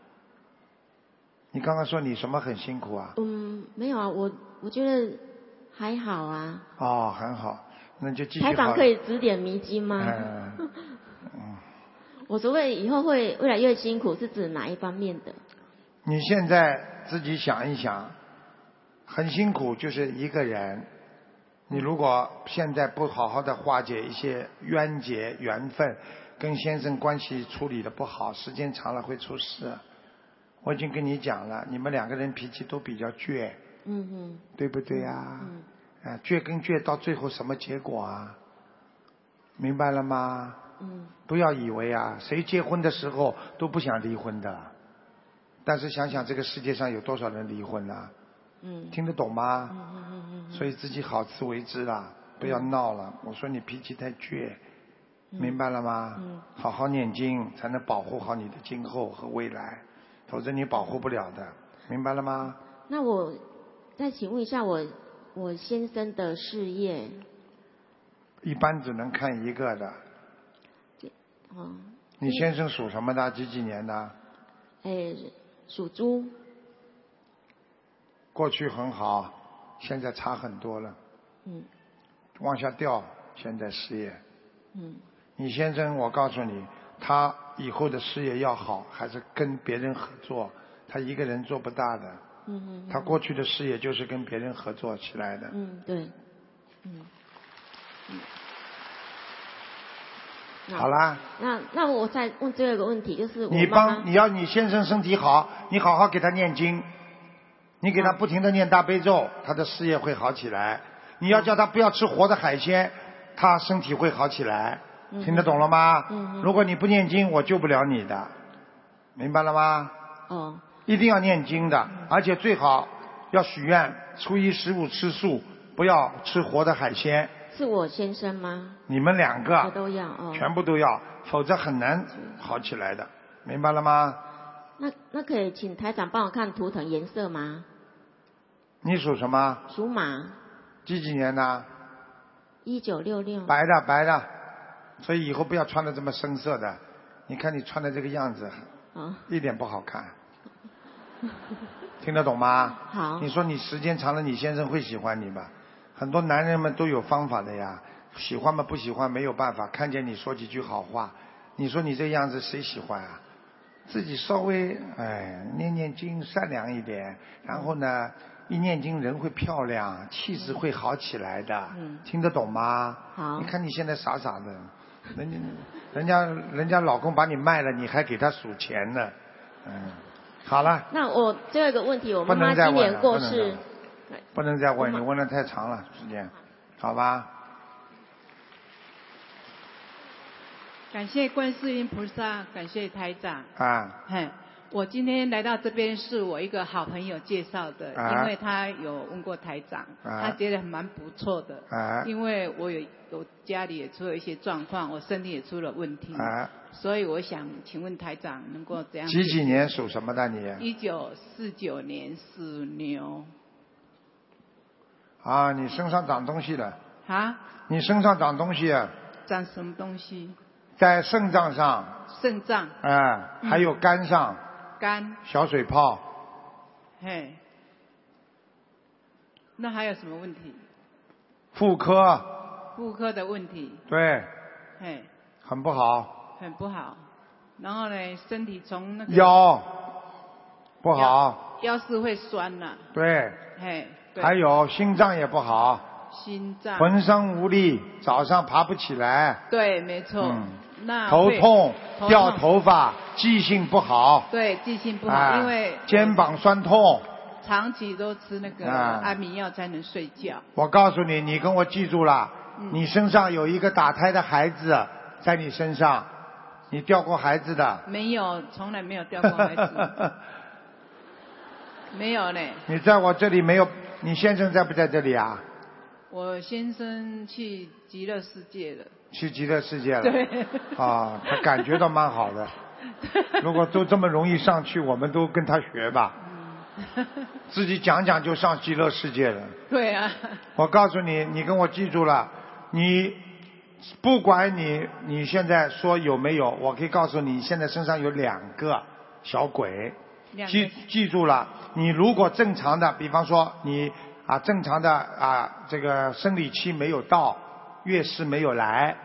Speaker 2: 你刚刚说你什么很辛苦啊？
Speaker 10: 嗯，没有啊，我我觉得还好啊。
Speaker 2: 哦，很好，那就继续好
Speaker 10: 台
Speaker 2: 了。
Speaker 10: 长可以指点迷津吗？ [LAUGHS]
Speaker 2: 嗯，
Speaker 10: 我所谓以后会越来越辛苦，是指哪一方面的？
Speaker 2: 你现在自己想一想，很辛苦，就是一个人。你如果现在不好好的化解一些冤结、缘分，跟先生关系处理的不好，时间长了会出事。我已经跟你讲了，你们两个人脾气都比较倔，
Speaker 10: 嗯嗯，
Speaker 2: 对不对呀、啊？倔跟倔到最后什么结果啊？明白了吗？
Speaker 10: 嗯。
Speaker 2: 不要以为啊，谁结婚的时候都不想离婚的，但是想想这个世界上有多少人离婚了？
Speaker 10: 嗯
Speaker 2: 听得懂吗？所以自己好自为之啦，不要闹了。我说你脾气太倔，
Speaker 10: 嗯
Speaker 2: 明白了吗？好好念经，才能保护好你的今后和未来，否则你保护不了的，明白了吗？
Speaker 10: 那我再请问一下我我先生的事业，
Speaker 2: 一般只能看一个的。
Speaker 10: 哦，
Speaker 2: 你先生属什么的？几几年的？
Speaker 10: 哎，属猪，
Speaker 2: 过去很好，现在差很多了，
Speaker 10: 嗯
Speaker 2: 往下掉。现在事业，
Speaker 10: 嗯
Speaker 2: 你先生，我告诉你，他以后的事业要好，还是跟别人合作，他一个人做不大的。
Speaker 10: 嗯嗯，
Speaker 2: 他过去的事业就是跟别人合作起来的。
Speaker 10: 嗯对，嗯嗯，那
Speaker 2: 好。啦，
Speaker 10: 那那我再问最后一个问题，就是我
Speaker 2: 你
Speaker 10: 妈妈
Speaker 2: 帮你要你先生身体好，你好好给他念经，你
Speaker 10: 嗯
Speaker 2: 给他不停的念大悲咒，他的事业会好起来。你要叫他不要吃活的海鲜，他身体会好起来。
Speaker 10: 嗯
Speaker 2: 听得懂了吗？
Speaker 10: 嗯嗯
Speaker 2: 如果你不念经，我救不了你的，明白了吗？
Speaker 10: 哦，
Speaker 2: 一定要念经的，而且最好要许愿，初一十五吃素，不要吃活的海鲜。
Speaker 10: 是我先生吗？
Speaker 2: 你们两
Speaker 10: 我
Speaker 2: 个
Speaker 10: 都要哦。
Speaker 2: 全部都要，否则很难好起来的，明白了吗？
Speaker 10: 那那可以请台长帮我看图腾颜色吗？
Speaker 2: 你属什么？
Speaker 10: 属马，
Speaker 2: 几几年的？
Speaker 10: 一九六六。
Speaker 2: 白的白的，所以以后不要穿的这么深色的。你看你穿的这个样子，
Speaker 10: 哦，
Speaker 2: 一点不好看。听得懂吗？
Speaker 10: 好
Speaker 2: 你说你时间长了，你先生会喜欢你吧？很多男人们都有方法的呀，喜欢嘛不喜欢没有办法，看见你说几句好话，你说你这样子谁喜欢啊？自己稍微哎念念经，善良一点，然后呢，一念经人会漂亮，气质会好起来的，
Speaker 10: 嗯
Speaker 2: 听得懂吗？
Speaker 10: 好
Speaker 2: 你看你现在傻傻的，人家人家人家老公把你卖了，你还给他数钱呢，嗯，好了，
Speaker 10: 那我最后一个问题，我
Speaker 2: 不
Speaker 10: 妈妈
Speaker 2: 能再
Speaker 10: 今
Speaker 2: 问了，不
Speaker 10: 年过
Speaker 2: 能再问
Speaker 10: 世
Speaker 2: 了，不能再问，
Speaker 10: 我
Speaker 2: 你
Speaker 10: 妈
Speaker 2: 问的太长了，时间，好吧？
Speaker 6: 感谢观世音菩萨，感谢台长。
Speaker 2: 啊，
Speaker 6: 嘿，我今天来到这边是我一个好朋友介绍的，
Speaker 2: 啊
Speaker 6: 因为他有问过台长，
Speaker 2: 啊
Speaker 6: 他觉得蛮不错的。
Speaker 2: 啊
Speaker 6: 因为我有我家里也出了一些状况，我身体也出了问题，
Speaker 2: 啊，
Speaker 6: 所以我想请问台长能够怎样？
Speaker 2: 几几？年属什么的你？
Speaker 6: 一九四九年属牛
Speaker 2: 啊，你身上长东西了，
Speaker 6: 啊，
Speaker 2: 你身上长东西，啊
Speaker 6: 长什么东西？
Speaker 2: 在肾脏上，
Speaker 6: 肾脏、
Speaker 2: 啊，
Speaker 6: 嗯
Speaker 2: 还有肝上，
Speaker 6: 肝，
Speaker 2: 小水泡，
Speaker 6: 嘿。那还有什么问题？
Speaker 2: 妇科，
Speaker 6: 妇科的问题，
Speaker 2: 对，
Speaker 6: 嘿。
Speaker 2: 很不好，
Speaker 6: 很不好。然后呢，身体从那个
Speaker 2: 腰不好，
Speaker 6: 嗯腰是会酸呐、
Speaker 2: 对，
Speaker 6: 嘿，对啊
Speaker 2: 还有心脏也不好，
Speaker 6: 心脏，
Speaker 2: 浑身无力，早上爬不起来，
Speaker 6: 对，没错。
Speaker 2: 嗯
Speaker 6: 那
Speaker 2: 头
Speaker 6: 啊会
Speaker 2: 痛，
Speaker 6: 头
Speaker 2: 掉
Speaker 6: 痛，
Speaker 2: 头发，记性不好，
Speaker 6: 对，记性不
Speaker 11: 嗯
Speaker 6: 好，
Speaker 2: 啊，
Speaker 6: 因为
Speaker 2: 肩膀酸痛。
Speaker 6: 长期都吃那个
Speaker 2: 啊
Speaker 6: 安眠药才能睡觉。
Speaker 2: 我告诉你，你跟我记住了，
Speaker 6: 嗯
Speaker 2: 你身上有一个打胎的孩子在你身上，你掉过孩子的？
Speaker 11: 没有，从来没有掉过
Speaker 2: [LAUGHS]
Speaker 11: 孩子，没有嘞。
Speaker 2: 你在我这里没有？你先生在不在这里啊？
Speaker 11: 我先生去极乐世界了，
Speaker 2: 去极乐世界了。
Speaker 11: 对。
Speaker 2: 啊，他感觉到蛮好
Speaker 11: [LAUGHS]
Speaker 2: 的。如果都这么容易上去，我们都跟他学吧。
Speaker 11: 嗯
Speaker 2: 自己讲讲就上极乐世界了。
Speaker 11: 对啊，
Speaker 2: 我告诉你，你跟我记住了，你不管你你现在说有没有，我可以告诉你，现在身上有两个小鬼。
Speaker 11: 两个
Speaker 2: 记记住了，你如果正常的，比方说你啊正常的啊这个生理期没有到，月事没有来，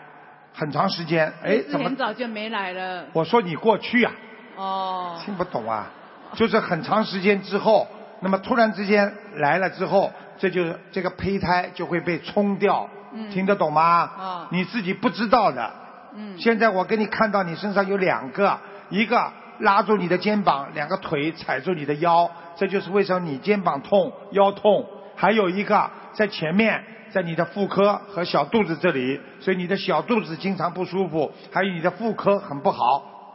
Speaker 2: 很长时间，哎
Speaker 11: 也是
Speaker 2: 怎么
Speaker 11: 很？早就没来了？
Speaker 2: 我说你过去啊，
Speaker 11: 哦，
Speaker 2: 听不懂啊，就是很长时间之后，那么突然之间来了之后，这就是这个胚胎就会被冲掉，
Speaker 11: 嗯
Speaker 2: 听得懂吗？
Speaker 11: 哦
Speaker 2: 你自己不知道的。
Speaker 11: 嗯
Speaker 2: 现在我给你看到你身上有两个，一个拉住你的肩膀，两个腿踩住你的腰，这就是为什么你肩膀痛、腰痛，还有一个在前面。在你的妇科和小肚子这里，所以你的小肚子经常不舒服，还有你的妇科很不好，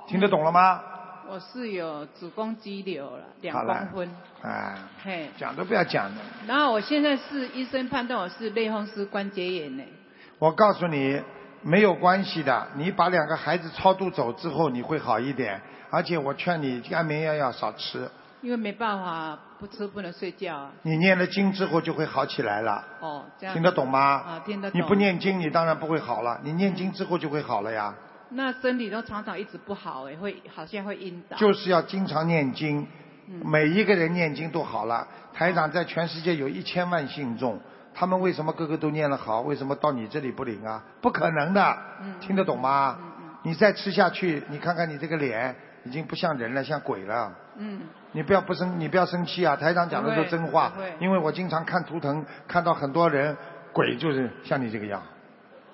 Speaker 2: 听得懂了吗？
Speaker 11: 我是有子宫肌瘤了，两
Speaker 2: 好了
Speaker 11: 公分。
Speaker 2: 哎，
Speaker 11: 嘿，
Speaker 2: 讲都不要讲的。
Speaker 11: 然后我现在是医生判断我是类风湿关节炎呢。
Speaker 2: 我告诉你，没有关系的。你把两个孩子超度走之后，你会好一点。而且我劝你安眠药要少吃，
Speaker 11: 因为没办法，不吃不能睡觉啊。
Speaker 2: 你念了经之后就会好起来了。
Speaker 11: 哦，这样
Speaker 2: 听得懂吗？
Speaker 11: 啊，听得懂。
Speaker 2: 你不，念经，你当然不会好了。你念经之后就会好了呀。
Speaker 11: 那身体都常常一直不好哎，会好像会晕倒。
Speaker 2: 就是要经常念经，
Speaker 11: 嗯
Speaker 2: 每一个人念经都好了。台长在全世界有一千万信众，他们为什么个个都念得好？为什么到你这里不灵啊？不可能的，
Speaker 11: 嗯
Speaker 2: 听得懂吗？你再吃下去，你看看你这个脸已经不像人了，像鬼了。
Speaker 11: 嗯，
Speaker 2: 你不要不生，你不要生气啊！台长讲的都真话
Speaker 11: 不会不会，
Speaker 2: 因为我经常看图腾，看到很多人鬼就是像你这个样。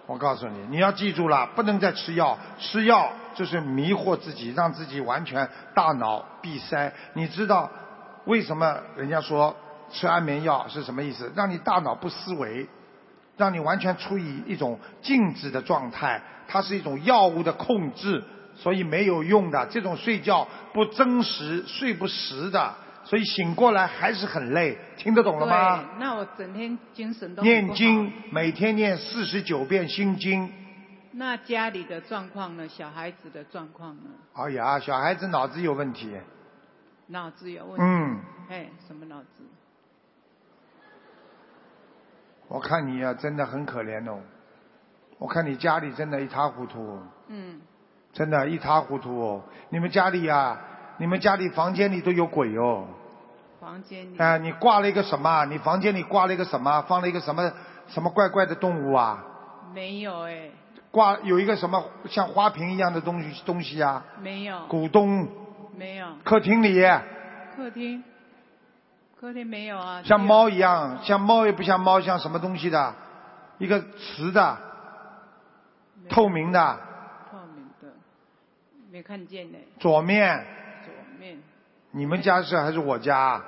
Speaker 2: 我告诉你，你要记住了，不能再吃药，吃药就是迷惑自己，让自己完全大脑闭塞。你知道为什么人家说吃安眠药是什么意思？让你大脑不思维，让你完全处于一种静止的状态，它是一种药物的控制，所以没有用的。这种睡觉不真实、睡不实的，所以醒过来还是很累。听得懂了吗？
Speaker 11: 对，那我整天精神都很不好
Speaker 2: 念经，每天念四十九遍心经。
Speaker 11: 那家里的状况呢？小孩子的状况呢？
Speaker 2: 哎呀，小孩子脑子有问题。
Speaker 11: 脑子有问题。
Speaker 2: 嗯，
Speaker 11: 哎，什么脑子？
Speaker 2: 我看你呀、真的很可怜哦。我看你家里真的一塌糊涂，
Speaker 11: 嗯，
Speaker 2: 真的，一塌糊涂哦。你们家里呀、你们家里房间里都有鬼哦。
Speaker 11: 房间里。
Speaker 2: 啊、你挂了一个什么啊？你房间里挂了一个什么？啊放了一个什么什么怪怪的动物啊？
Speaker 11: 没有哎，
Speaker 2: 挂有一个什么像花瓶一样的东西东西啊？
Speaker 11: 没有，
Speaker 2: 股东
Speaker 11: 没有。
Speaker 2: 客厅里
Speaker 11: 客厅，客厅没有
Speaker 2: 像
Speaker 11: 啊。只有
Speaker 2: 猫一样，像猫也不像猫，像什么东西的？一个瓷的，
Speaker 11: 没有
Speaker 2: 透明的，
Speaker 11: 透明的，没看见呢。
Speaker 2: 左面。
Speaker 11: 左面，
Speaker 2: 你们家是还是我家啊？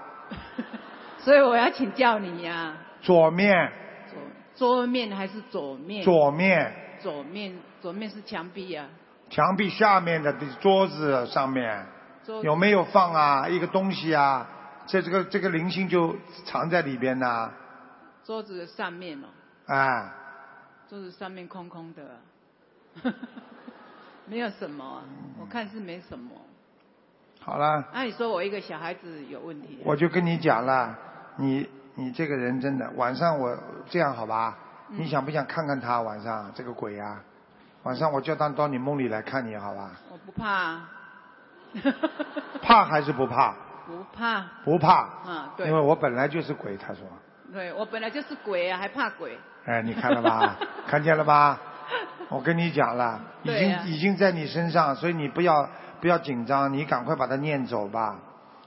Speaker 11: 所以我要请教你呀、
Speaker 2: 左面，
Speaker 11: 左桌面还是左面？
Speaker 2: 左面，
Speaker 11: 左面，左面是墙壁呀、
Speaker 2: 墙壁下面的桌子上面
Speaker 11: 桌
Speaker 2: 有没有放啊？一个东西啊？这这个这个灵性就藏在里边呐、
Speaker 11: 桌子的上面哦，
Speaker 2: 哎，
Speaker 11: 桌子上面空空的啊、 [LAUGHS] 没有什么、啊，我看是没什么。
Speaker 2: 好了，
Speaker 11: 那、你说我一个小孩子有问题、啊
Speaker 2: 我就跟你讲了，你你这个人真的，晚上我这样好吧？
Speaker 11: 嗯
Speaker 2: 你想不想看看他晚上这个鬼呀、晚上我叫他到你梦里来看你好吧？
Speaker 11: 我不怕、啊，
Speaker 2: 怕还是不怕？
Speaker 11: 不怕
Speaker 2: 不怕，
Speaker 11: 啊，对
Speaker 2: 因为，我本来就是鬼，他说。
Speaker 11: 对我本来就是鬼啊，还怕鬼？
Speaker 2: 哎，你看了
Speaker 11: [LAUGHS]
Speaker 2: 吧？看见了吧？我跟你讲了，已
Speaker 11: 对
Speaker 2: 经、
Speaker 11: 呀
Speaker 2: 已经在你身上，所以你不要不要紧张，你赶快把它念走吧。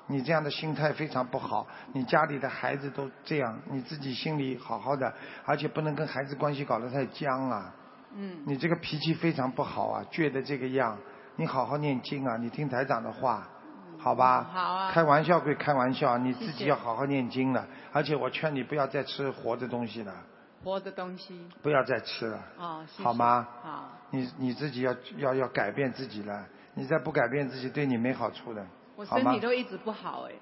Speaker 2: 你这样的心态非常不好，你家里的孩子都这样，你自己心里好好的，而且不能跟孩子关系搞得太僵啊。
Speaker 11: 嗯，
Speaker 2: 你这个脾气非常不好啊，倔得这个样，你好好念经啊，你听台长的话，好吧？
Speaker 11: 好啊
Speaker 2: 开玩笑归开玩笑，你自
Speaker 11: 谢
Speaker 2: 己
Speaker 11: 谢
Speaker 2: 要好好念经了，而且我劝你不要再吃活的东西了，
Speaker 11: 活的东西。
Speaker 2: 不要再吃了，
Speaker 11: 哦，谢谢
Speaker 2: 好吗？
Speaker 11: 好，
Speaker 2: 你你自己要要要改变自己了，你再不改变自己，对你没好处的
Speaker 11: 我，
Speaker 2: 好
Speaker 11: 身
Speaker 2: 吗
Speaker 11: 体？都一直不好哎。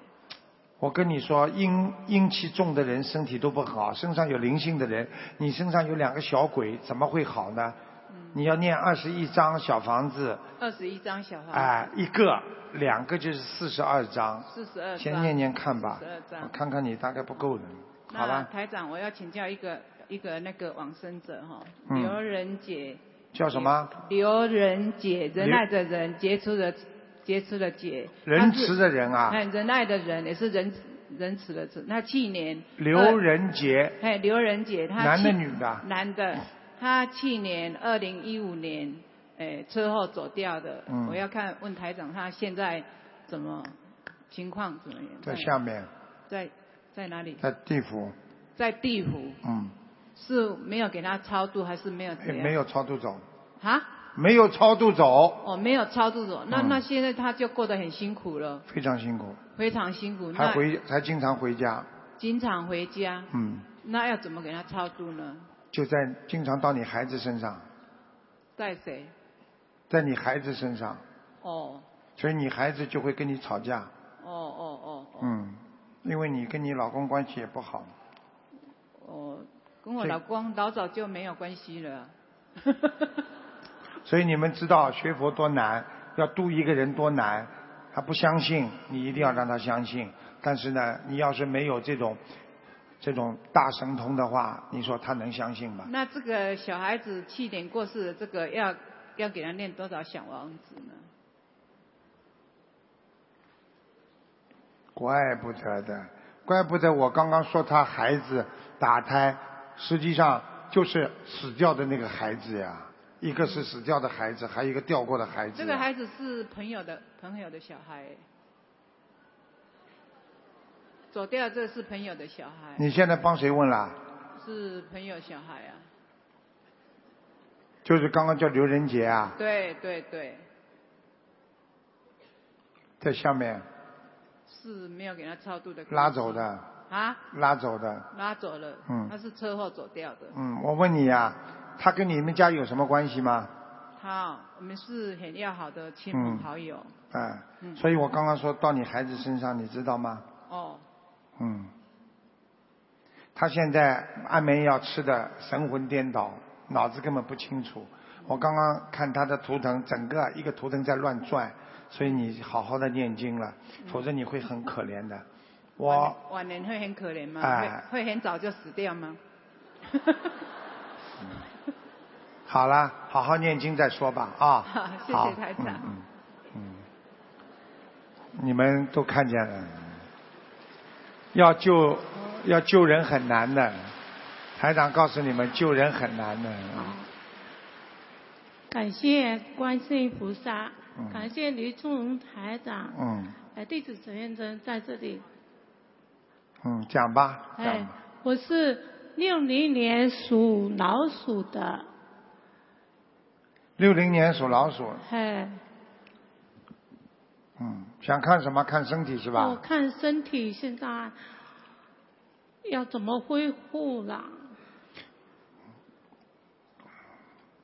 Speaker 2: 我跟你说，阴阴气重的人身体都不好，身上有灵性的人，你身上有两个小鬼，怎么会好呢？你要念二十一章小房子，
Speaker 11: 二十一张小黄，
Speaker 2: 哎、一个两个就是四十二章，
Speaker 11: 四十二张，
Speaker 2: 先念念看吧
Speaker 11: 四十
Speaker 2: 我
Speaker 11: 二，张。
Speaker 2: 看看你大概不够的，好
Speaker 11: 那
Speaker 2: 吧？
Speaker 11: 台长，我要请教一个一个那个往生者哈，
Speaker 2: 嗯
Speaker 11: 刘仁杰，
Speaker 2: 叫什么？
Speaker 11: 刘仁杰，仁
Speaker 2: 刘
Speaker 11: 爱的仁，杰出的杰出的杰，
Speaker 2: 嗯仁慈的仁啊，
Speaker 11: 哎，仁爱的仁也是仁仁慈的慈。那去年
Speaker 2: 刘
Speaker 11: 二
Speaker 2: 仁杰，
Speaker 11: 哎，刘仁杰，他
Speaker 2: 男的
Speaker 11: 去
Speaker 2: 女的啊
Speaker 11: 男的，他去年二零一五年，哎，车祸走掉的。
Speaker 2: 嗯
Speaker 11: 我要看问台长他现在怎么情况怎么样？
Speaker 2: 在下面，
Speaker 11: 在在哪里？
Speaker 2: 在地府，
Speaker 11: 在地府
Speaker 2: 嗯，
Speaker 11: 是没有给他超度，还是没有怎
Speaker 2: 也
Speaker 11: 样？
Speaker 2: 没有超度走，
Speaker 11: 啊，
Speaker 2: 没有超度走，
Speaker 11: 哦，没有超度的。那
Speaker 2: 嗯
Speaker 11: 那现在他就过得很辛苦了，
Speaker 2: 非常辛苦，
Speaker 11: 非常辛苦。
Speaker 2: 还
Speaker 11: 那
Speaker 2: 回还经常回家，
Speaker 11: 经常回家，
Speaker 2: 嗯，
Speaker 11: 那要怎么给他超度呢？
Speaker 2: 就在经常到你孩子身上，
Speaker 11: 带谁？
Speaker 2: 在你孩子身上，
Speaker 11: 哦
Speaker 2: 所以你孩子就会跟你吵架，
Speaker 11: 哦哦哦
Speaker 2: 嗯，因为你跟你老公关系也不好，
Speaker 11: 哦，跟我
Speaker 2: 这
Speaker 11: 老公老早就没有关系了。
Speaker 2: 所以你们知道学佛多难，要度一个人多难，他不相信，你一定要让他相信。但是呢，你要是没有这种这种大神通的话，你说他能相信吗？
Speaker 11: 那这个小孩子去年过世的这个要要给他念多少小王子呢？
Speaker 2: 怪不得的，怪不得我刚刚说他孩子打胎，实际上就是死掉的那个孩子呀。一个是死掉的孩子，还有一个掉过的孩子。
Speaker 11: 这个孩子是朋友的朋友的小孩，走掉这是朋友的小孩，
Speaker 2: 你现在帮谁问啦？
Speaker 11: 是朋友小孩啊？
Speaker 2: 就是刚刚叫刘仁杰啊，
Speaker 11: 对对对，
Speaker 2: 在下面
Speaker 11: 是没有给他超度的
Speaker 2: 拉走的，
Speaker 11: 啊，
Speaker 2: 拉走的。
Speaker 11: 拉走了，
Speaker 2: 嗯
Speaker 11: 他是车祸走掉的。
Speaker 2: 嗯，我问你呀、他跟你们家有什么关系吗？
Speaker 11: 好，我们是很要好的
Speaker 2: 嗯
Speaker 11: 亲朋好友。
Speaker 2: 啊、
Speaker 11: 嗯
Speaker 2: 所以我刚刚说到你孩子身上，你知道吗？
Speaker 11: 哦，
Speaker 2: 嗯，他现在安眠药吃的神魂颠倒，脑子根本不清楚。我刚刚看他的图腾，整个一个图腾在乱转，所以你好好的念经了，
Speaker 11: 嗯
Speaker 2: 否则你会很可怜的。我
Speaker 11: 晚晚年会很可怜吗？
Speaker 2: 哎
Speaker 11: 会会很早就死掉吗？ [LAUGHS]
Speaker 2: 好啦，好好念经再说吧啊。
Speaker 11: [LAUGHS] 好谢谢
Speaker 2: 好
Speaker 11: 台长
Speaker 2: 嗯嗯嗯，你们都看见了，要救要救人很难的，台长告诉你们，救人很难的。
Speaker 8: 感谢观世音菩萨，
Speaker 2: 嗯
Speaker 8: 感谢卢仲荣台长，
Speaker 2: 嗯
Speaker 8: 呃，弟子陈元珍在这里。
Speaker 2: 嗯，讲吧，
Speaker 8: 哎，我是六零年属老鼠的，
Speaker 2: 六零年属老鼠，
Speaker 8: 哎，
Speaker 2: 嗯，想看什么看身体是
Speaker 8: 我
Speaker 2: 吧？
Speaker 8: 哦看身体现在要怎么恢复啦？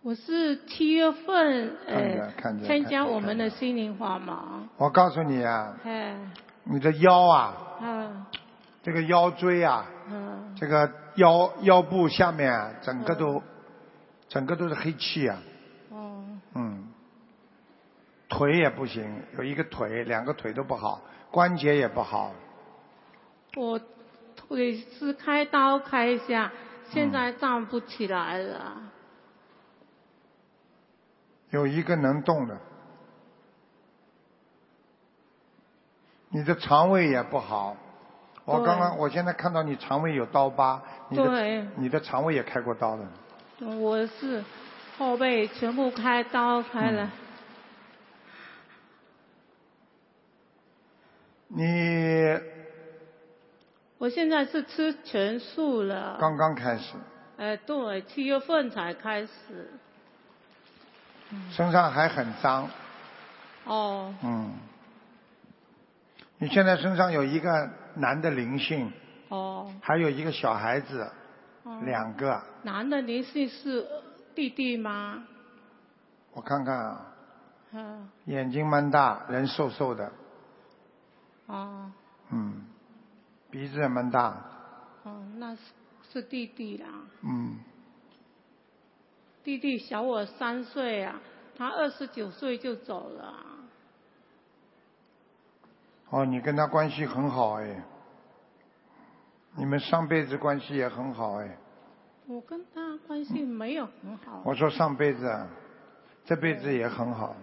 Speaker 8: 我是七月份
Speaker 2: 看见
Speaker 8: 呃
Speaker 2: 看见
Speaker 8: 参加
Speaker 2: 看见
Speaker 8: 我们的心灵法门，
Speaker 2: 我告诉你啊，
Speaker 8: 哎，
Speaker 2: 你的腰啊，
Speaker 8: 啊，
Speaker 2: 这个腰椎啊，
Speaker 8: 嗯，
Speaker 2: 这个腰腰部下面啊，整个都、整个都是黑气啊，
Speaker 8: 哦，
Speaker 2: 嗯，腿也不行，有一个腿，两个腿都不好，关节也不好，
Speaker 8: 我腿是开刀开一下，现在站不起来了。
Speaker 2: 有一个能动的，你的肠胃也不好。我
Speaker 8: 对
Speaker 2: 刚刚，我现在看到你肠胃有刀疤，你的
Speaker 8: 对
Speaker 2: 你的肠胃也开过刀的，
Speaker 8: 我是后背全部开刀开了，
Speaker 2: 嗯你
Speaker 8: 我现在是吃全素了。
Speaker 2: 刚刚开始，
Speaker 8: 哎，对，七月份才开始。
Speaker 2: 身上还很脏，
Speaker 8: 哦，
Speaker 2: 嗯，你现在身上有一个男的灵性，
Speaker 8: 哦，
Speaker 2: 还有一个小孩子，
Speaker 8: 哦
Speaker 2: 两个，
Speaker 8: 男的灵性是弟弟吗？
Speaker 2: 我看看啊，
Speaker 8: 嗯，
Speaker 2: 眼睛蛮大，人瘦瘦的，
Speaker 8: 哦，
Speaker 2: 嗯，鼻子也蛮大，
Speaker 8: 哦，那是是弟弟啦。
Speaker 2: 嗯，
Speaker 8: 弟弟小我三岁啊，他二十九岁就走了啊。
Speaker 2: 哦，你跟他关系很好哎，你们上辈子关系也很好哎，
Speaker 8: 我跟他关系没有很好。
Speaker 2: 我说上辈子，啊，这辈子也很好，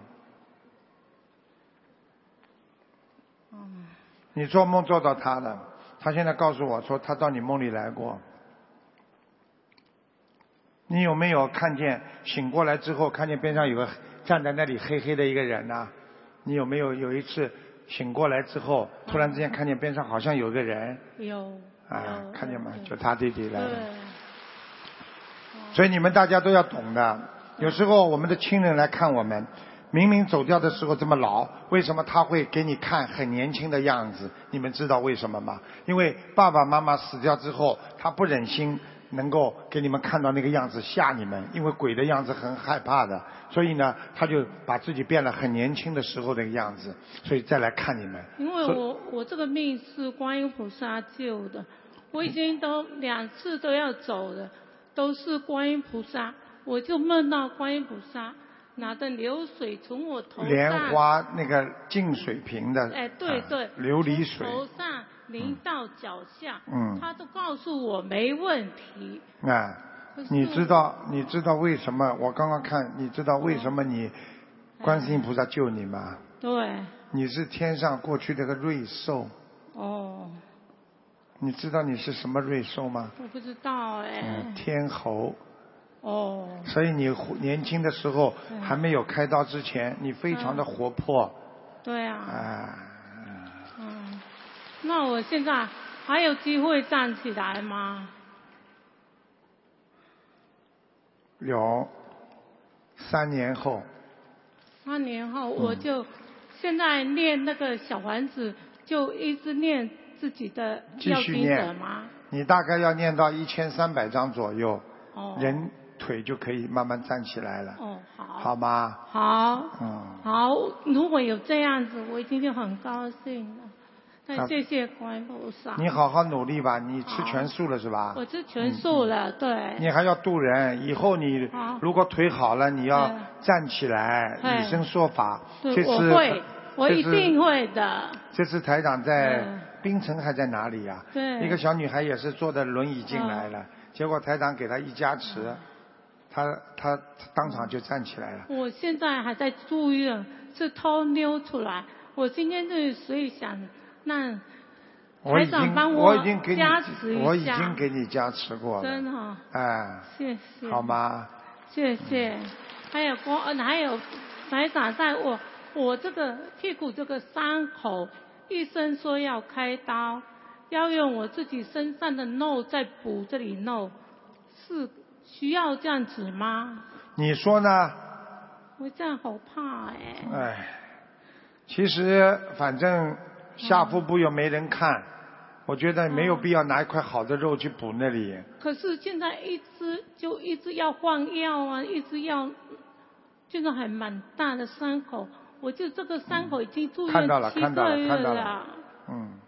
Speaker 8: 嗯，
Speaker 2: 你做梦做到他的，他现在告诉我说他到你梦里来过。你有没有看见醒过来之后，看见边上有个站在那里黑黑的一个人呢、你有没有有一次醒过来之后，突然之间看见边上好像有个人
Speaker 8: 有。
Speaker 2: 啊，看见吗？就他弟弟来了。
Speaker 8: 对。
Speaker 2: 所以你们大家都要懂的。有时候我们的亲人来看我们，明明走掉的时候这么老，为什么他会给你看很年轻的样子？你们知道为什么吗？因为爸爸妈妈死掉之后，他不忍心能够给你们看到那个样子吓你们，因为鬼的样子很害怕的，所以呢，他就把自己变了很年轻的时候那个样子，所以再来看你们。
Speaker 8: 因为
Speaker 2: 所以
Speaker 8: 我我这个命是观音菩萨救的，我已经都两次都要走了，都是观音菩萨，我就梦到观音菩萨拿着流水从我头上，
Speaker 2: 莲花那个净水瓶的，
Speaker 8: 哎对
Speaker 2: 啊
Speaker 8: 对，
Speaker 2: 琉璃水，
Speaker 8: 从头上淋到脚下，
Speaker 2: 嗯
Speaker 8: 他都告诉我没问题，
Speaker 2: 啊，你知道你知道为什么？我刚刚看，你知道为什么你观世音菩萨救你吗？
Speaker 8: 对，
Speaker 2: 你是天上过去的个瑞兽，
Speaker 8: 哦，
Speaker 2: 你知道你是什么瑞兽吗？
Speaker 8: 我不知道哎、
Speaker 2: 嗯，天猴。
Speaker 8: 哦，
Speaker 2: 所以你活年轻的时候
Speaker 8: 嗯
Speaker 2: 还没有开刀之前，你非常的活泼
Speaker 8: 对啊，
Speaker 2: 啊。
Speaker 8: 嗯，那我现在还有机会站起来吗？
Speaker 2: 有三年后，
Speaker 8: 三年后
Speaker 2: 嗯
Speaker 8: 我就、现在念那个小丸子，就一直念自己的
Speaker 2: 继
Speaker 8: 要
Speaker 2: 续
Speaker 8: 经
Speaker 2: 念
Speaker 8: 者吗？
Speaker 2: 你大概要念到一千三百章左右，
Speaker 8: 哦，
Speaker 2: 人腿就可以慢慢站起来了，
Speaker 8: 哦，好，
Speaker 2: 好吗？
Speaker 8: 好，
Speaker 2: 嗯，
Speaker 8: 好，如果有这样子，我今天很高兴了。那
Speaker 2: 啊
Speaker 8: 谢谢观音菩萨。
Speaker 2: 你，好好努力吧，你吃全素了是吧
Speaker 8: 我？吃全素
Speaker 2: 嗯你
Speaker 8: 了，哦对，哦
Speaker 2: 还要渡人，以后你
Speaker 8: 好
Speaker 2: 如果腿好了，你要
Speaker 8: 嗯
Speaker 2: 站起来
Speaker 8: 嗯
Speaker 2: 以身说法。这
Speaker 8: 对，我
Speaker 2: 次
Speaker 8: 会，我
Speaker 2: 这
Speaker 8: 一
Speaker 2: 次
Speaker 8: 定会的。
Speaker 2: 这次台长在
Speaker 8: 嗯
Speaker 2: 槟城还在哪里呀？
Speaker 8: 对嗯
Speaker 2: 一个小女孩也是坐着轮椅进来了，结果台长给她一加持，她她她当场就站起来了。
Speaker 8: 我现在还在住院，是偷溜出来。我今天就是所以想让
Speaker 2: 我
Speaker 8: 嗯台
Speaker 2: 已经
Speaker 8: 长帮
Speaker 2: 已经给你
Speaker 8: 加持一下，
Speaker 2: 我已经给你加持过了，
Speaker 8: 真的哦、
Speaker 2: 哎，
Speaker 8: 谢谢，
Speaker 2: 好？吗？
Speaker 8: 谢谢。还有光，呃还有台长在我我这个屁股这个伤口，医生说要开刀，要用我自己身上的肉再补这里肉，是需要这样子吗？
Speaker 2: 你说呢？
Speaker 8: 我这样好怕哎、
Speaker 2: 哎，其实反正下腹部又没人看，我觉得没有必要拿一块好的肉去补那里。
Speaker 8: 可是现在一直就一直要换药啊，一直要，现在还蛮大的伤口，我就这个伤口已经住院
Speaker 2: 看到了
Speaker 8: 七
Speaker 2: 看到了
Speaker 8: 个月
Speaker 2: 看到了
Speaker 8: 了
Speaker 2: 嗯，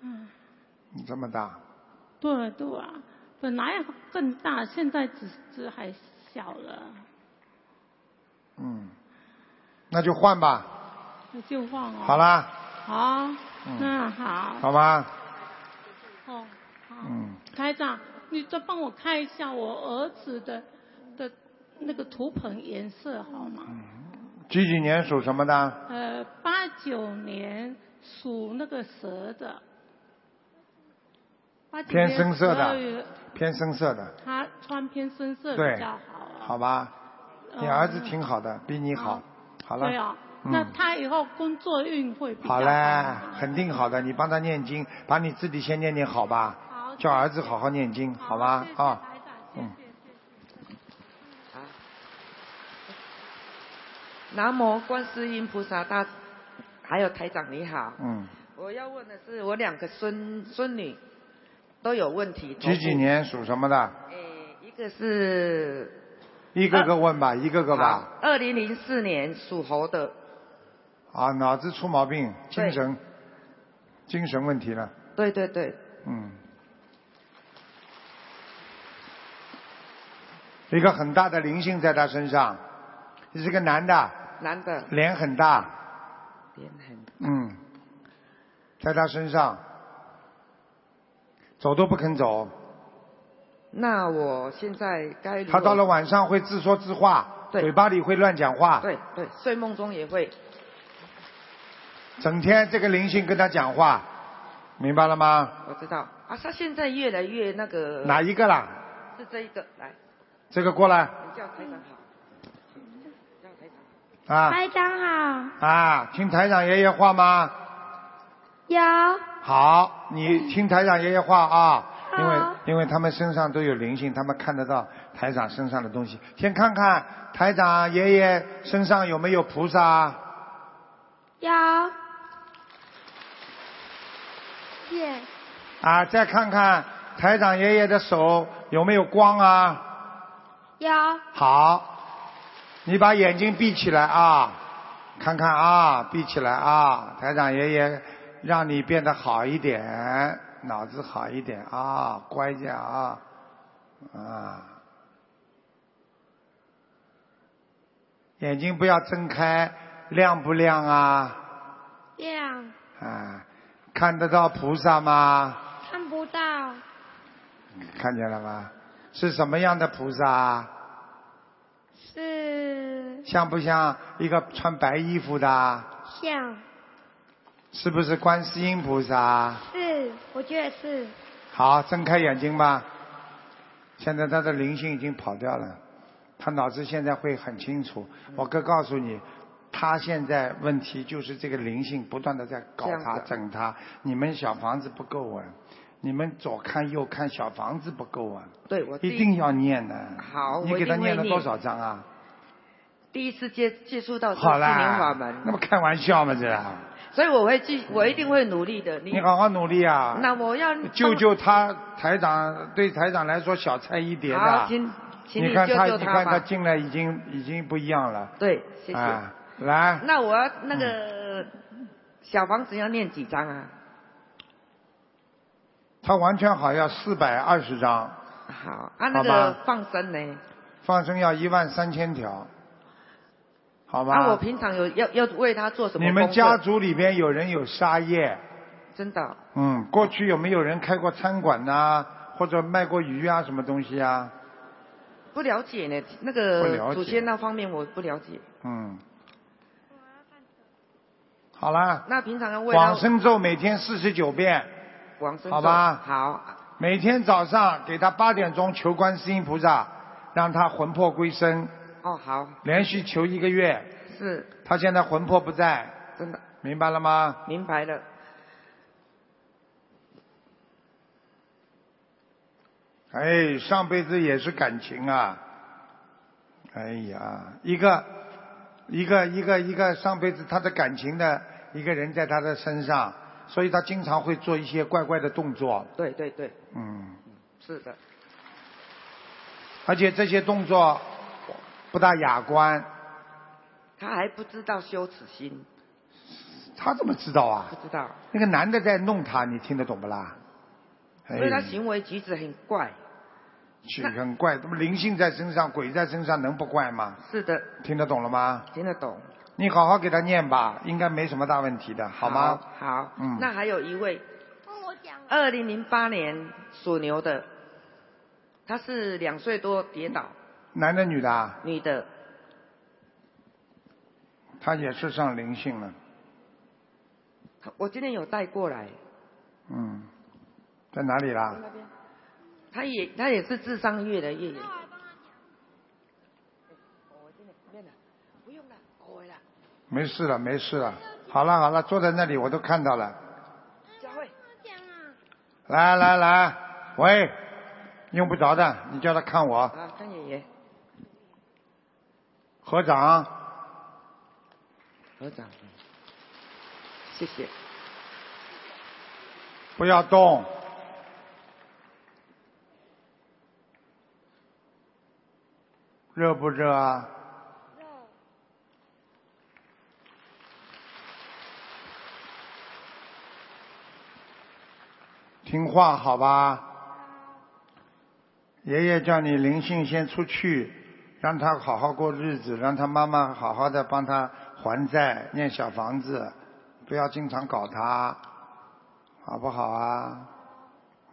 Speaker 8: 嗯，
Speaker 2: 你这么大，
Speaker 8: 对啊对啊，本来更大，现在只是还小了，
Speaker 2: 嗯，那就换吧，
Speaker 8: 那就换哦。
Speaker 2: 好，啦，嗯
Speaker 8: 好，那好，
Speaker 2: 好吗？
Speaker 8: 哦，好，
Speaker 2: 嗯，
Speaker 8: 台长，你再帮我看一下我儿子的的那个图腾颜色好吗？
Speaker 2: 几几年属什么的？
Speaker 8: 呃，八九年属那个蛇的，八九
Speaker 2: 偏
Speaker 8: 年
Speaker 2: 深色
Speaker 8: 十二
Speaker 2: 的
Speaker 8: 月，
Speaker 2: 偏深色的，
Speaker 8: 他穿偏深色
Speaker 2: 对
Speaker 8: 比较好啊。
Speaker 2: 好吧？你
Speaker 8: 嗯
Speaker 2: 儿子挺好的，比你好
Speaker 8: 嗯，
Speaker 2: 好了
Speaker 8: 对。啊，
Speaker 2: 嗯
Speaker 8: 那他以后工作运会比较
Speaker 2: 好嘞，肯定好的。你帮他念经，把你自己先念念好吧，
Speaker 8: 好
Speaker 2: 叫儿子好好念经，好吧？
Speaker 8: 谢谢
Speaker 2: 啊，
Speaker 8: 台长谢
Speaker 2: 嗯
Speaker 8: 谢谢谢
Speaker 12: 南无观世音菩萨大，还有台长你好，
Speaker 2: 嗯，
Speaker 12: 我要问的是我两个孙孙女，都有问题。头部
Speaker 2: 几几？年属什么的？
Speaker 12: 一个是
Speaker 2: 一个个问吧，一个个吧。
Speaker 12: 二零零四年属猴的，
Speaker 8: 呃
Speaker 2: 啊，脑子出毛病，精
Speaker 12: 对
Speaker 2: 神精神问题了，
Speaker 12: 对对对，
Speaker 2: 嗯。一个很大的灵性在他身上，是个男的，
Speaker 12: 男的，
Speaker 2: 脸很大，
Speaker 12: 脸很
Speaker 2: 嗯，在他身上，走都不肯走，
Speaker 12: 那我现在该如何
Speaker 2: 他到了晚上啊会自说自话，嘴巴里会乱讲话，
Speaker 12: 对对，睡梦中也会，
Speaker 2: 整天这个灵性跟他讲话，明白了吗？
Speaker 12: 我知道啊，他现在越来越那个
Speaker 2: 哪一个啦？
Speaker 12: 是这一个来，
Speaker 2: 这个过来
Speaker 12: 你叫台长好，叫台长
Speaker 2: 啊
Speaker 13: 长好，
Speaker 2: 啊！听台长爷爷话吗？
Speaker 13: 有
Speaker 2: 好，你听台长爷爷话啊，因为因为他们身上都有灵性，他们看得到台长身上的东西。先看看台长爷爷身上有没有菩萨，
Speaker 13: 有，见
Speaker 2: 啊，再看看台长爷爷的手有没有光啊？
Speaker 13: 有
Speaker 2: 好，你把眼睛闭起来啊，看看啊，闭起来啊，台长爷爷让你变得好一点，脑子好一点啊，乖一点啊，啊，眼睛不要睁开，亮不亮啊？
Speaker 13: 亮，
Speaker 2: 啊，看得到菩萨吗？
Speaker 13: 看不到
Speaker 2: 看见了吗？是什么样的菩萨啊？
Speaker 13: 是
Speaker 2: 像不像一个穿白衣服的啊？
Speaker 13: 像
Speaker 2: 是不是观世音菩萨？
Speaker 13: 是，我觉得是
Speaker 2: 好，睁开眼睛吧。现在他的灵性已经跑掉了，他脑子现在会很清楚。我哥告诉你，他现在问题就是这个灵性不断的在搞
Speaker 12: 这样
Speaker 2: 他、
Speaker 12: 子
Speaker 2: 整他。你们小房子不够稳，你们左看右看，小房子不够稳，
Speaker 12: 对我
Speaker 2: 一定要念的。
Speaker 12: 好，
Speaker 2: 你
Speaker 12: 我一
Speaker 2: 给他
Speaker 12: 定会
Speaker 2: 念了多少？章啊？
Speaker 12: 第一次接接触到这个
Speaker 2: 好
Speaker 12: 心灵
Speaker 2: 啦
Speaker 12: 法门，，
Speaker 2: 那不开玩笑吗？这，
Speaker 12: 所以我会记，我一定会努力的。你
Speaker 2: 你好好努力啊！
Speaker 12: 那我要 [LAUGHS]
Speaker 2: 救救他，台长对台长来说小菜一碟
Speaker 12: 好
Speaker 2: 的。
Speaker 12: 请请
Speaker 2: 啊你
Speaker 12: 你
Speaker 2: 看
Speaker 12: 救
Speaker 2: 他，
Speaker 12: 救
Speaker 2: 你
Speaker 12: 他
Speaker 2: 看
Speaker 12: 吧
Speaker 2: 他进来已经已经不一样了。
Speaker 12: 对，谢谢。
Speaker 2: 啊，来，
Speaker 12: 那我要那个小房子要念几张啊？
Speaker 2: 他完全好要四百二十张。
Speaker 12: 好啊，那
Speaker 2: 好
Speaker 12: 个
Speaker 2: 吧
Speaker 12: 放生呢？
Speaker 2: 放生要一万三千条，好吧？
Speaker 12: 啊，我平常有要要为他做什么？
Speaker 2: 你们家？族里边有人有沙业，
Speaker 12: 真的啊
Speaker 2: 嗯，过去有没有人开过餐馆呐、或者卖过鱼啊，什么东西啊？
Speaker 12: 不了解呢，那
Speaker 2: 不了
Speaker 12: 个
Speaker 2: 解
Speaker 12: 祖先那方面我不了解。
Speaker 2: 嗯。好啦，
Speaker 12: 那平常要为他
Speaker 2: 往生咒每天四十九遍，
Speaker 12: 往生咒
Speaker 2: 好吧
Speaker 12: 好，
Speaker 2: 每天早上给他八点钟求观世音菩萨，让他魂魄归生，
Speaker 12: 哦好，
Speaker 2: 连续求一个月。
Speaker 12: 是
Speaker 2: 他现在魂魄不在，
Speaker 12: 真的
Speaker 2: 明白了吗？
Speaker 12: 明白了。
Speaker 2: 哎，上辈子也是感情啊！哎呀，一个一个一个一个上辈子他的感情的一个人在他的身上，所以他经常会做一些怪怪的动作。
Speaker 12: 对对对，
Speaker 2: 嗯，
Speaker 12: 是的，
Speaker 2: 而且这些动作不大雅观，
Speaker 12: 他还不知道羞耻心，
Speaker 2: 他怎么知道啊
Speaker 12: 不？知道，
Speaker 2: 那个男的在弄他，你听得懂不啦？哎
Speaker 12: 所以他行为举止很怪。
Speaker 2: 是很怪，他们灵性在身上，鬼在身上，能不怪吗？
Speaker 12: 是的，
Speaker 2: 听得懂了吗？
Speaker 12: 听得懂。
Speaker 2: 你好好给他念吧，应该没什么大问题的，好吗？
Speaker 12: 好，好
Speaker 2: 嗯
Speaker 12: 那还有一位，
Speaker 2: 啊
Speaker 12: 二零零八年属牛的，他是两岁多跌倒，
Speaker 2: 男的女的啊？
Speaker 12: 女的，
Speaker 2: 他也是上灵性了，
Speaker 12: 我今天有带过来，
Speaker 2: 嗯，在哪里啦？
Speaker 12: 他也他也是智商越来越严，哦
Speaker 2: 没事了，没事了。好了好了，坐在那里我都看到了。
Speaker 12: 佳慧，
Speaker 2: 来来来，喂，用不着的，你叫他看我。
Speaker 12: 啊，看爷爷，
Speaker 2: 合掌，
Speaker 12: 合掌，谢谢，
Speaker 2: 不要动，热不热啊？听话好吧，爷爷叫你灵性先出去，让他好好过日子，让他妈妈好好的帮他还债、念小房子，不要经常搞他，好不好啊？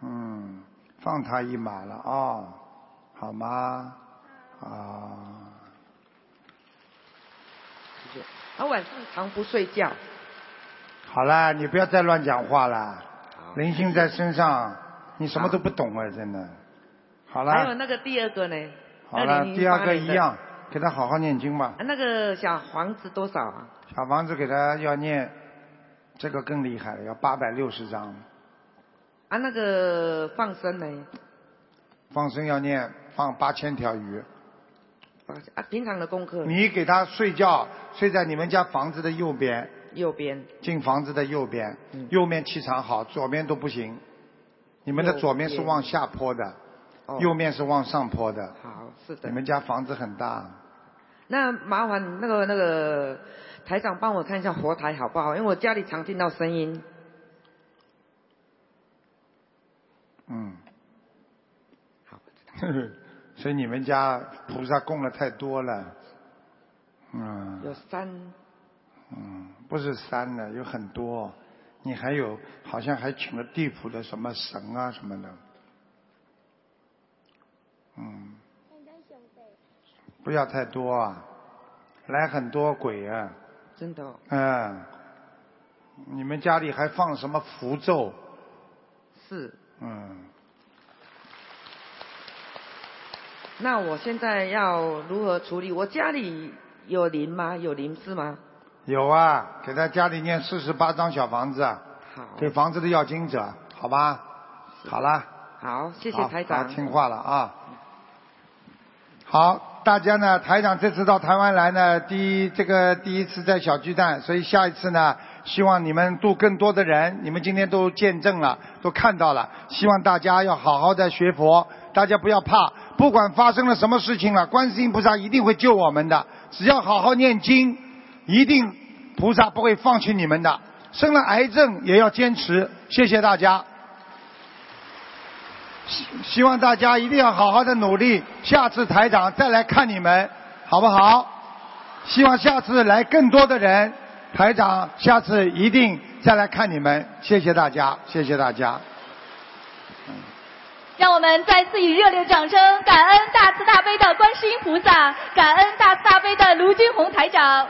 Speaker 2: 嗯，放他一马了哦，好吗？啊、
Speaker 12: 他晚上常不睡觉，
Speaker 2: 好啦，你不要再乱讲话啦，灵性在身上，你什么都不懂啊，真的。好
Speaker 12: 还有
Speaker 2: 啦，
Speaker 12: 那个第二个呢？
Speaker 2: 好啦，
Speaker 12: 2008
Speaker 2: 第二个一
Speaker 12: 年的
Speaker 2: 样，给他好好念经吧。
Speaker 12: 啊那个小房子多少啊？
Speaker 2: 小房子给他要念，这个更厉害了，要八百六十张，
Speaker 12: 啊，那个放生呢？
Speaker 2: 放生要念放八千条鱼。
Speaker 12: 放啊，平常的功课。
Speaker 2: 你给他睡觉睡在你们家房子的右边，
Speaker 12: 右边
Speaker 2: 进房子的右边，
Speaker 12: 嗯
Speaker 2: 右面气场好，左面都不行。你们的左面是往下坡的，
Speaker 12: 哦
Speaker 2: 右面是往上坡的。
Speaker 12: 好，是的
Speaker 2: 你。们家房子很大，
Speaker 12: 那麻烦那个那个台长帮我看一下佛台好不好？因为我家里常听到声音。
Speaker 2: 嗯。好。 [LAUGHS] 所以你们家菩萨供了太多了，嗯。
Speaker 12: 有三，
Speaker 2: 嗯，不是三的，有很多。你还有好像还请了地府的什么神啊什么的。嗯，不要太多啊，来很多鬼啊，
Speaker 12: 真的、哦、
Speaker 2: 嗯。你们家里还放什么符咒？
Speaker 12: 是。
Speaker 2: 嗯，
Speaker 12: 那我现在要如何处理？我家里有灵吗？有灵是吗？
Speaker 2: 有啊，给他家里念四十八张小房子啊，
Speaker 12: 好，
Speaker 2: 给房子的要经者，好吧？好啦。
Speaker 12: 好，谢谢
Speaker 2: 好
Speaker 12: 台长
Speaker 2: 好听话了啊。好，大家呢，台长这次到台湾来呢，第一这个第一次在小巨蛋，所以下一次呢，希望你们度更多的人，你们今天都见证了，都看到了，希望大家要好好的学佛，大家不要怕，不管发生了什么事情了，观世音菩萨一定会救我们的，只要好好念经，一定菩萨不会放弃你们的，生了癌症也要坚持，谢谢大家。希望大家一定要好好的努力，下次台长再来看你们，好不好？希望下次来更多的人，台长下次一定再来看你们，谢谢大家，谢谢大家。
Speaker 1: 让我们再次以热烈的掌声，感恩大慈大悲的观世音菩萨，感恩大慈大悲的卢军红台长。